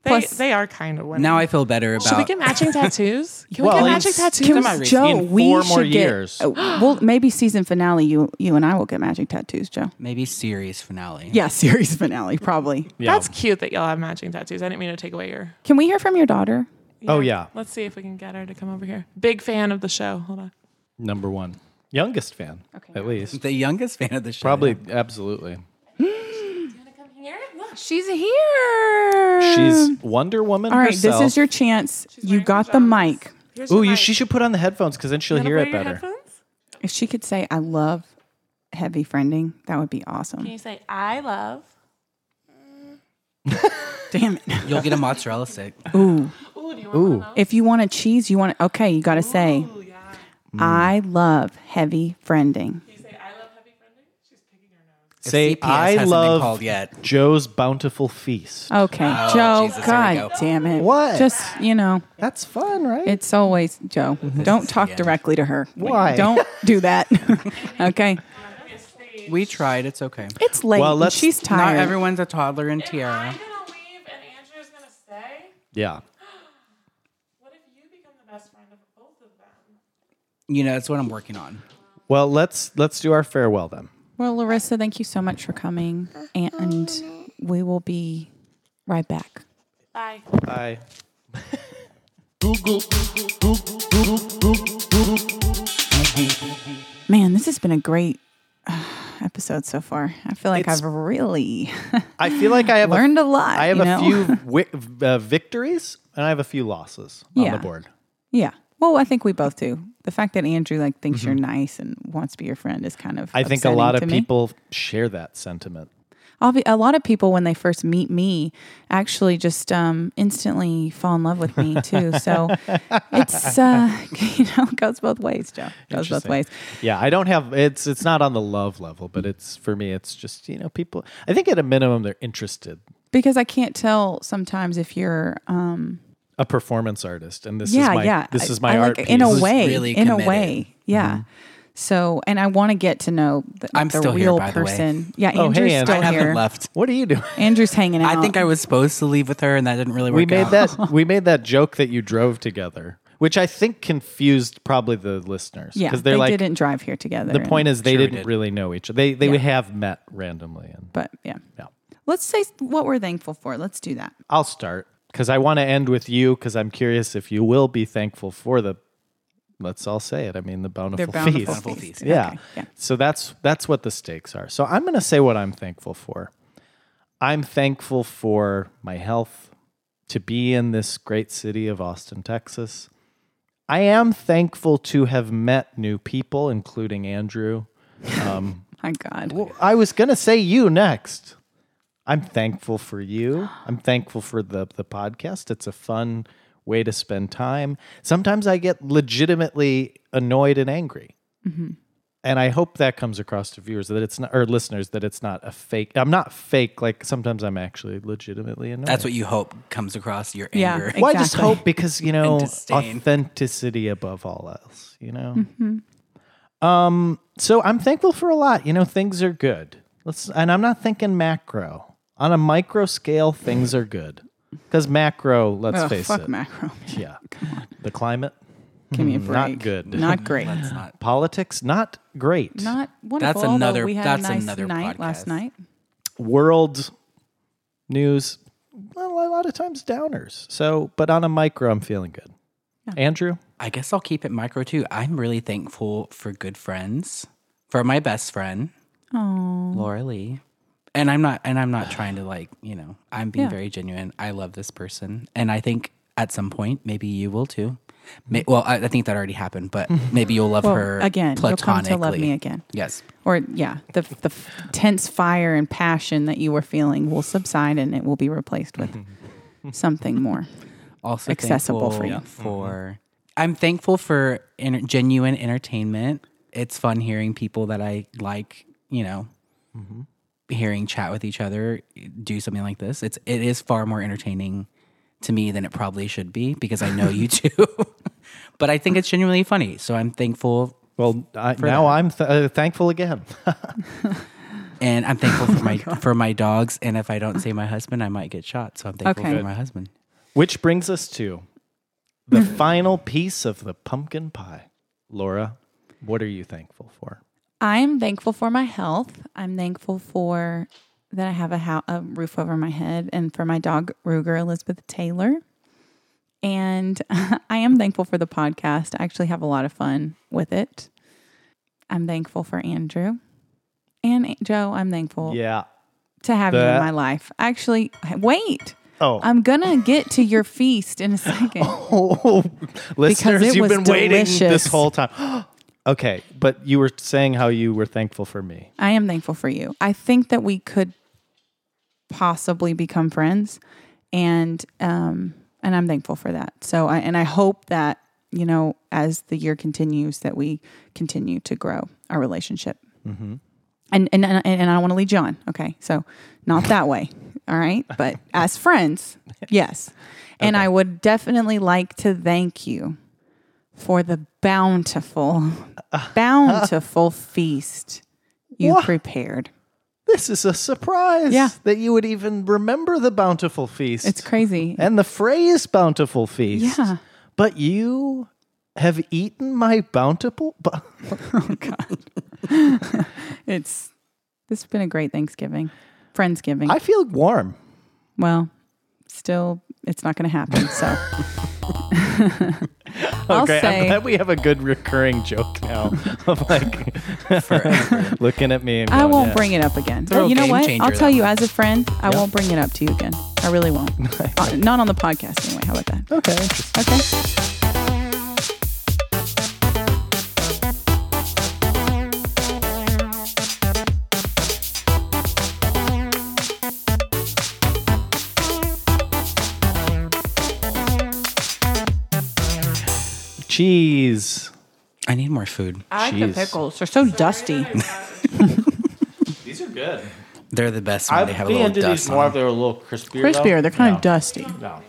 [SPEAKER 6] They,
[SPEAKER 1] Plus-
[SPEAKER 6] they are kind of women.
[SPEAKER 5] Now I feel better
[SPEAKER 6] Should we
[SPEAKER 5] about
[SPEAKER 6] get [LAUGHS] matching tattoos? Can we
[SPEAKER 2] Well,
[SPEAKER 6] get matching
[SPEAKER 2] it's-
[SPEAKER 6] tattoos?
[SPEAKER 1] Can
[SPEAKER 5] my
[SPEAKER 1] we, Joe,
[SPEAKER 2] in
[SPEAKER 1] we
[SPEAKER 2] four
[SPEAKER 1] should
[SPEAKER 2] more
[SPEAKER 1] get,
[SPEAKER 2] years.
[SPEAKER 1] uh, well, maybe season finale. You, you and I will get magic tattoos, Joe.
[SPEAKER 5] maybe series finale.
[SPEAKER 1] Yeah, [LAUGHS] series finale probably.
[SPEAKER 2] Yeah.
[SPEAKER 6] That's cute that y'all have matching tattoos. I didn't mean to take away your.
[SPEAKER 1] Can we hear from your daughter?
[SPEAKER 2] Oh, yeah.
[SPEAKER 6] Let's see if we can get her to come over here. Big fan of the show. Hold on.
[SPEAKER 2] number one. Youngest fan, at least.
[SPEAKER 5] [LAUGHS] The youngest fan of the show.
[SPEAKER 2] Probably, absolutely.
[SPEAKER 1] She's here.
[SPEAKER 6] Um,
[SPEAKER 2] She's Wonder Woman
[SPEAKER 1] All right.
[SPEAKER 2] herself.
[SPEAKER 1] This is your chance. you
[SPEAKER 6] wearing
[SPEAKER 1] got the mic.
[SPEAKER 6] Here's
[SPEAKER 2] Ooh,
[SPEAKER 6] your
[SPEAKER 2] you,
[SPEAKER 6] mic.
[SPEAKER 2] she should put on the headphones because then she'll
[SPEAKER 6] Wanna
[SPEAKER 2] hear
[SPEAKER 6] wear
[SPEAKER 2] it
[SPEAKER 6] your
[SPEAKER 2] better.
[SPEAKER 6] headphones?
[SPEAKER 1] If she could say, "I love heavy friending," that would be
[SPEAKER 6] Can
[SPEAKER 1] awesome.
[SPEAKER 6] you say
[SPEAKER 1] [LAUGHS]
[SPEAKER 6] I love?
[SPEAKER 1] Damn it.
[SPEAKER 5] You'll get
[SPEAKER 2] [LAUGHS]
[SPEAKER 5] a mozzarella stick.
[SPEAKER 1] Ooh.
[SPEAKER 6] Ooh, do you want Ooh.
[SPEAKER 1] If you want a cheese, you want to, okay, you got to say, I love heavy friending.
[SPEAKER 2] Say,
[SPEAKER 5] CPS
[SPEAKER 2] I
[SPEAKER 5] hasn't been
[SPEAKER 2] love
[SPEAKER 5] called yet."
[SPEAKER 2] Joe's bountiful feast.
[SPEAKER 6] Uh,
[SPEAKER 1] Okay,
[SPEAKER 5] Oh,
[SPEAKER 1] Joe,
[SPEAKER 5] Jesus, here we
[SPEAKER 1] God
[SPEAKER 5] go.
[SPEAKER 1] damn it.
[SPEAKER 2] What?
[SPEAKER 1] Just, you know,
[SPEAKER 2] That's fun, right?
[SPEAKER 1] it's always Joe. Don't talk
[SPEAKER 5] end.
[SPEAKER 1] directly to her.
[SPEAKER 2] Why?
[SPEAKER 1] Don't do that. [LAUGHS] okay.
[SPEAKER 5] We tried. It's okay.
[SPEAKER 1] It's late.
[SPEAKER 2] Well,
[SPEAKER 1] and
[SPEAKER 2] let's-
[SPEAKER 1] she's
[SPEAKER 5] Not
[SPEAKER 1] tired.
[SPEAKER 5] everyone's a toddler in tiara.
[SPEAKER 6] gonna leave and Andrew's gonna stay.
[SPEAKER 2] yeah.
[SPEAKER 6] What if you become the best friend of both of them?
[SPEAKER 5] You know, that's what I'm working on.
[SPEAKER 2] Well, let's let's do our farewell then.
[SPEAKER 1] well, Larissa, thank you so much for coming. And we will be right back.
[SPEAKER 6] Bye.
[SPEAKER 2] Bye.
[SPEAKER 1] Man, this has been a great uh, episode so far. I feel like
[SPEAKER 2] It's-
[SPEAKER 1] I've really
[SPEAKER 2] I feel like I have a-
[SPEAKER 1] learned a lot.
[SPEAKER 2] I have
[SPEAKER 1] you
[SPEAKER 2] a
[SPEAKER 1] know?
[SPEAKER 2] few
[SPEAKER 6] [LAUGHS]
[SPEAKER 2] wi- uh, victories and I have a few losses on
[SPEAKER 1] Yeah.
[SPEAKER 2] the board.
[SPEAKER 1] [LAUGHS] Yeah. Well, I think we both do. The fact that Andrew like thinks you're nice and wants to be your friend is kind of
[SPEAKER 2] Mm-hmm. I think a lot
[SPEAKER 1] upsetting
[SPEAKER 2] of
[SPEAKER 1] to me.
[SPEAKER 2] people share that sentiment.
[SPEAKER 1] Obvi- a lot of people when they first meet me actually just um, instantly fall in love with me too.
[SPEAKER 2] [LAUGHS]
[SPEAKER 1] So it's uh, [LAUGHS] you know it goes both ways, Joe. It goes both
[SPEAKER 2] Interesting.
[SPEAKER 1] ways.
[SPEAKER 2] Yeah, I don't have it's it's not on the love level, but it's for me it's just, you know, people I think at a minimum they're interested.
[SPEAKER 1] Because I can't tell sometimes if you're um,
[SPEAKER 2] A performance artist and this
[SPEAKER 1] yeah,
[SPEAKER 2] is my
[SPEAKER 1] yeah.
[SPEAKER 2] this is
[SPEAKER 1] I-
[SPEAKER 2] my
[SPEAKER 1] I
[SPEAKER 2] art
[SPEAKER 1] like, in a
[SPEAKER 2] piece. Mm-hmm.
[SPEAKER 1] way,
[SPEAKER 5] really
[SPEAKER 1] in a
[SPEAKER 5] committed.
[SPEAKER 1] way, yeah. So, and I want to get to know the,
[SPEAKER 5] I'm
[SPEAKER 1] the
[SPEAKER 5] still here,
[SPEAKER 1] real
[SPEAKER 5] by the way.
[SPEAKER 1] person. Yeah,
[SPEAKER 2] Oh,
[SPEAKER 1] Andrew's
[SPEAKER 2] hey, Andrew.
[SPEAKER 1] still
[SPEAKER 5] I
[SPEAKER 1] here.
[SPEAKER 5] haven't left.
[SPEAKER 2] What are you doing?
[SPEAKER 1] Andrew's hanging out.
[SPEAKER 5] I think I was supposed to leave with her, and that didn't really work.
[SPEAKER 2] We made
[SPEAKER 1] [LAUGHS]
[SPEAKER 5] out.
[SPEAKER 2] that we made that joke that you drove together, which I think confused probably the listeners
[SPEAKER 1] Yeah,
[SPEAKER 2] because they're
[SPEAKER 1] they
[SPEAKER 2] like
[SPEAKER 1] didn't drive here together.
[SPEAKER 2] the point is they
[SPEAKER 5] Sure we
[SPEAKER 2] didn't
[SPEAKER 5] did.
[SPEAKER 2] really know each other. They they have met randomly and
[SPEAKER 1] but yeah.
[SPEAKER 2] yeah.
[SPEAKER 1] Let's say what we're thankful for. Let's do that.
[SPEAKER 2] I'll start because I want to end with you because I'm curious if you will be thankful for the. Let's all say it. I mean, the bountiful,
[SPEAKER 1] They're bountiful
[SPEAKER 2] feast.
[SPEAKER 5] Bountiful feast.
[SPEAKER 2] Yeah.
[SPEAKER 1] Okay, yeah.
[SPEAKER 2] So that's that's what the stakes are. So I'm going to say what I'm thankful for. I'm thankful for my health, to be in this great city of Austin, Texas. I am thankful to have met new people, including Andrew.
[SPEAKER 1] My God.
[SPEAKER 2] Well, I was going to say you next. I'm thankful for you. I'm thankful for the the podcast. It's a fun way to spend time. Sometimes I get legitimately annoyed and angry. And I hope that comes across to viewers that it's not or listeners that it's not a fake. I'm not fake. Like sometimes I'm actually legitimately annoyed.
[SPEAKER 5] [LAUGHS] That's what you hope comes across your
[SPEAKER 1] Yeah.
[SPEAKER 5] anger.
[SPEAKER 1] Ex-
[SPEAKER 2] Well, I just
[SPEAKER 1] Exactly.
[SPEAKER 2] hope because
[SPEAKER 1] [LAUGHS]
[SPEAKER 2] you know
[SPEAKER 5] disdain.
[SPEAKER 2] authenticity above all else. You know.
[SPEAKER 1] Mm-hmm.
[SPEAKER 2] Um. So I'm thankful for a lot. You know, things are good. Let's. And I'm not thinking macro. On a micro scale, things are good. Because macro, let's
[SPEAKER 1] Ugh,
[SPEAKER 2] face
[SPEAKER 1] fuck
[SPEAKER 2] it.
[SPEAKER 1] macro. [LAUGHS]
[SPEAKER 2] Yeah. The climate,
[SPEAKER 1] Give me a
[SPEAKER 2] Hmm, not
[SPEAKER 1] break.
[SPEAKER 2] good. [LAUGHS]
[SPEAKER 1] Not great.
[SPEAKER 5] That's Mm, not.
[SPEAKER 2] Politics, not great.
[SPEAKER 1] Not wonderful.
[SPEAKER 5] That's
[SPEAKER 1] although
[SPEAKER 5] another-
[SPEAKER 1] We had
[SPEAKER 5] that's
[SPEAKER 1] a nice
[SPEAKER 5] another
[SPEAKER 1] night last
[SPEAKER 5] podcast.
[SPEAKER 1] night.
[SPEAKER 2] world news. Well, a lot of times downers. So, but on a micro, I'm feeling good. Andrew.
[SPEAKER 5] I guess I'll keep it micro too. I'm really thankful for good friends, for my best friend,
[SPEAKER 1] Oh,
[SPEAKER 5] Laura Lee. And I'm not and I'm not trying to like, you know, I'm being
[SPEAKER 1] Yeah.
[SPEAKER 5] very genuine. I love this person. And I think at some point maybe you will too. May, well, I, I think that already
[SPEAKER 1] [LAUGHS]
[SPEAKER 5] happened, but maybe you'll love her
[SPEAKER 1] well, again, you'll come
[SPEAKER 5] platonically.
[SPEAKER 1] to love me again.
[SPEAKER 5] Yes.
[SPEAKER 1] Or yeah, the the f- tense fire and passion that you were feeling will subside, and it will be replaced
[SPEAKER 2] [LAUGHS]
[SPEAKER 1] with something more.
[SPEAKER 5] Also
[SPEAKER 1] Accessible for
[SPEAKER 5] thankful
[SPEAKER 1] you. Mm-hmm.
[SPEAKER 5] For I'm thankful for en- genuine entertainment. It's fun hearing people that I like, you know,
[SPEAKER 1] Mm-hmm.
[SPEAKER 5] hearing chat with each other do something like this. It's it is far more entertaining to me than it probably should be because I
[SPEAKER 1] [LAUGHS]
[SPEAKER 5] know you too. [LAUGHS] but I think it's genuinely funny. So I'm thankful.
[SPEAKER 2] Well, I, now I'm th- uh, thankful again.
[SPEAKER 5] and
[SPEAKER 1] [LAUGHS]
[SPEAKER 5] I'm thankful
[SPEAKER 1] Oh
[SPEAKER 5] for my for my dogs. And if I don't say my husband, I might get shot. So I'm thankful
[SPEAKER 1] Okay.
[SPEAKER 5] for my husband.
[SPEAKER 2] Which brings us to
[SPEAKER 1] [LAUGHS]
[SPEAKER 2] the final piece of the pumpkin pie. Laura, what are you thankful for?
[SPEAKER 1] I'm thankful for my health. I'm thankful for that I have a, ho- a roof over my head and for my dog Ruger Elizabeth Taylor. And [LAUGHS] I am thankful for the podcast. I actually have a lot of fun with it. I'm thankful for Andrew and A- Joe. I'm thankful
[SPEAKER 2] Yeah.
[SPEAKER 1] to have you in
[SPEAKER 2] That-
[SPEAKER 1] my life. Actually, wait.
[SPEAKER 2] Oh.
[SPEAKER 1] I'm gonna get to your feast in a [LAUGHS] second.
[SPEAKER 2] [LAUGHS] Oh,
[SPEAKER 1] it
[SPEAKER 2] [LAUGHS] listeners, you've
[SPEAKER 1] was
[SPEAKER 2] been waiting
[SPEAKER 1] delicious.
[SPEAKER 2] this whole time. [GASPS] okay, but you were saying how you were thankful for me.
[SPEAKER 1] I am thankful for you. I think that we could possibly become friends, and um, and I'm thankful for that. So, I, and I hope that you know, as the year continues, that we continue to grow our relationship.
[SPEAKER 2] Mm-hmm.
[SPEAKER 1] And, and and and I don't want to lead you on. Okay, so not that way. [LAUGHS] All right, but as
[SPEAKER 2] [LAUGHS]
[SPEAKER 1] friends, yes. And I would definitely like to thank you for the
[SPEAKER 2] [LAUGHS]
[SPEAKER 1] bountiful, bountiful feast you
[SPEAKER 2] What?
[SPEAKER 1] prepared.
[SPEAKER 2] This is a surprise
[SPEAKER 1] Yeah.
[SPEAKER 2] that you would even remember the bountiful feast.
[SPEAKER 1] It's crazy.
[SPEAKER 2] and the phrase bountiful feast.
[SPEAKER 1] Yeah.
[SPEAKER 2] But you have eaten my bountiful. Bu-
[SPEAKER 1] It's this has been a great Thanksgiving, Friendsgiving.
[SPEAKER 2] I feel warm.
[SPEAKER 1] well, still, it's not going to happen. So
[SPEAKER 2] [LAUGHS]
[SPEAKER 1] I'll
[SPEAKER 2] okay, I'm
[SPEAKER 1] say
[SPEAKER 2] glad we have a good recurring joke now [LAUGHS] of like [LAUGHS] looking at me. And
[SPEAKER 1] I
[SPEAKER 2] going,
[SPEAKER 1] won't
[SPEAKER 2] "Yeah."
[SPEAKER 1] bring it up again.
[SPEAKER 5] Throw
[SPEAKER 1] you know
[SPEAKER 5] game
[SPEAKER 1] what?
[SPEAKER 5] changer,
[SPEAKER 1] I'll tell
[SPEAKER 5] though.
[SPEAKER 1] you as a friend, I won't bring it up to you again. I really
[SPEAKER 2] [LAUGHS]
[SPEAKER 1] won't. Uh, not on the podcast anyway. How about that?
[SPEAKER 2] Okay.
[SPEAKER 1] Okay.
[SPEAKER 2] Cheese.
[SPEAKER 5] I need more food.
[SPEAKER 1] I
[SPEAKER 2] like the Jeez. pickles.
[SPEAKER 1] They're so dusty.
[SPEAKER 2] These are good.
[SPEAKER 5] They're the best when they have a little dust. on them.
[SPEAKER 2] They're a little crispier.
[SPEAKER 1] Crispier. They're kind of dusty.
[SPEAKER 2] No.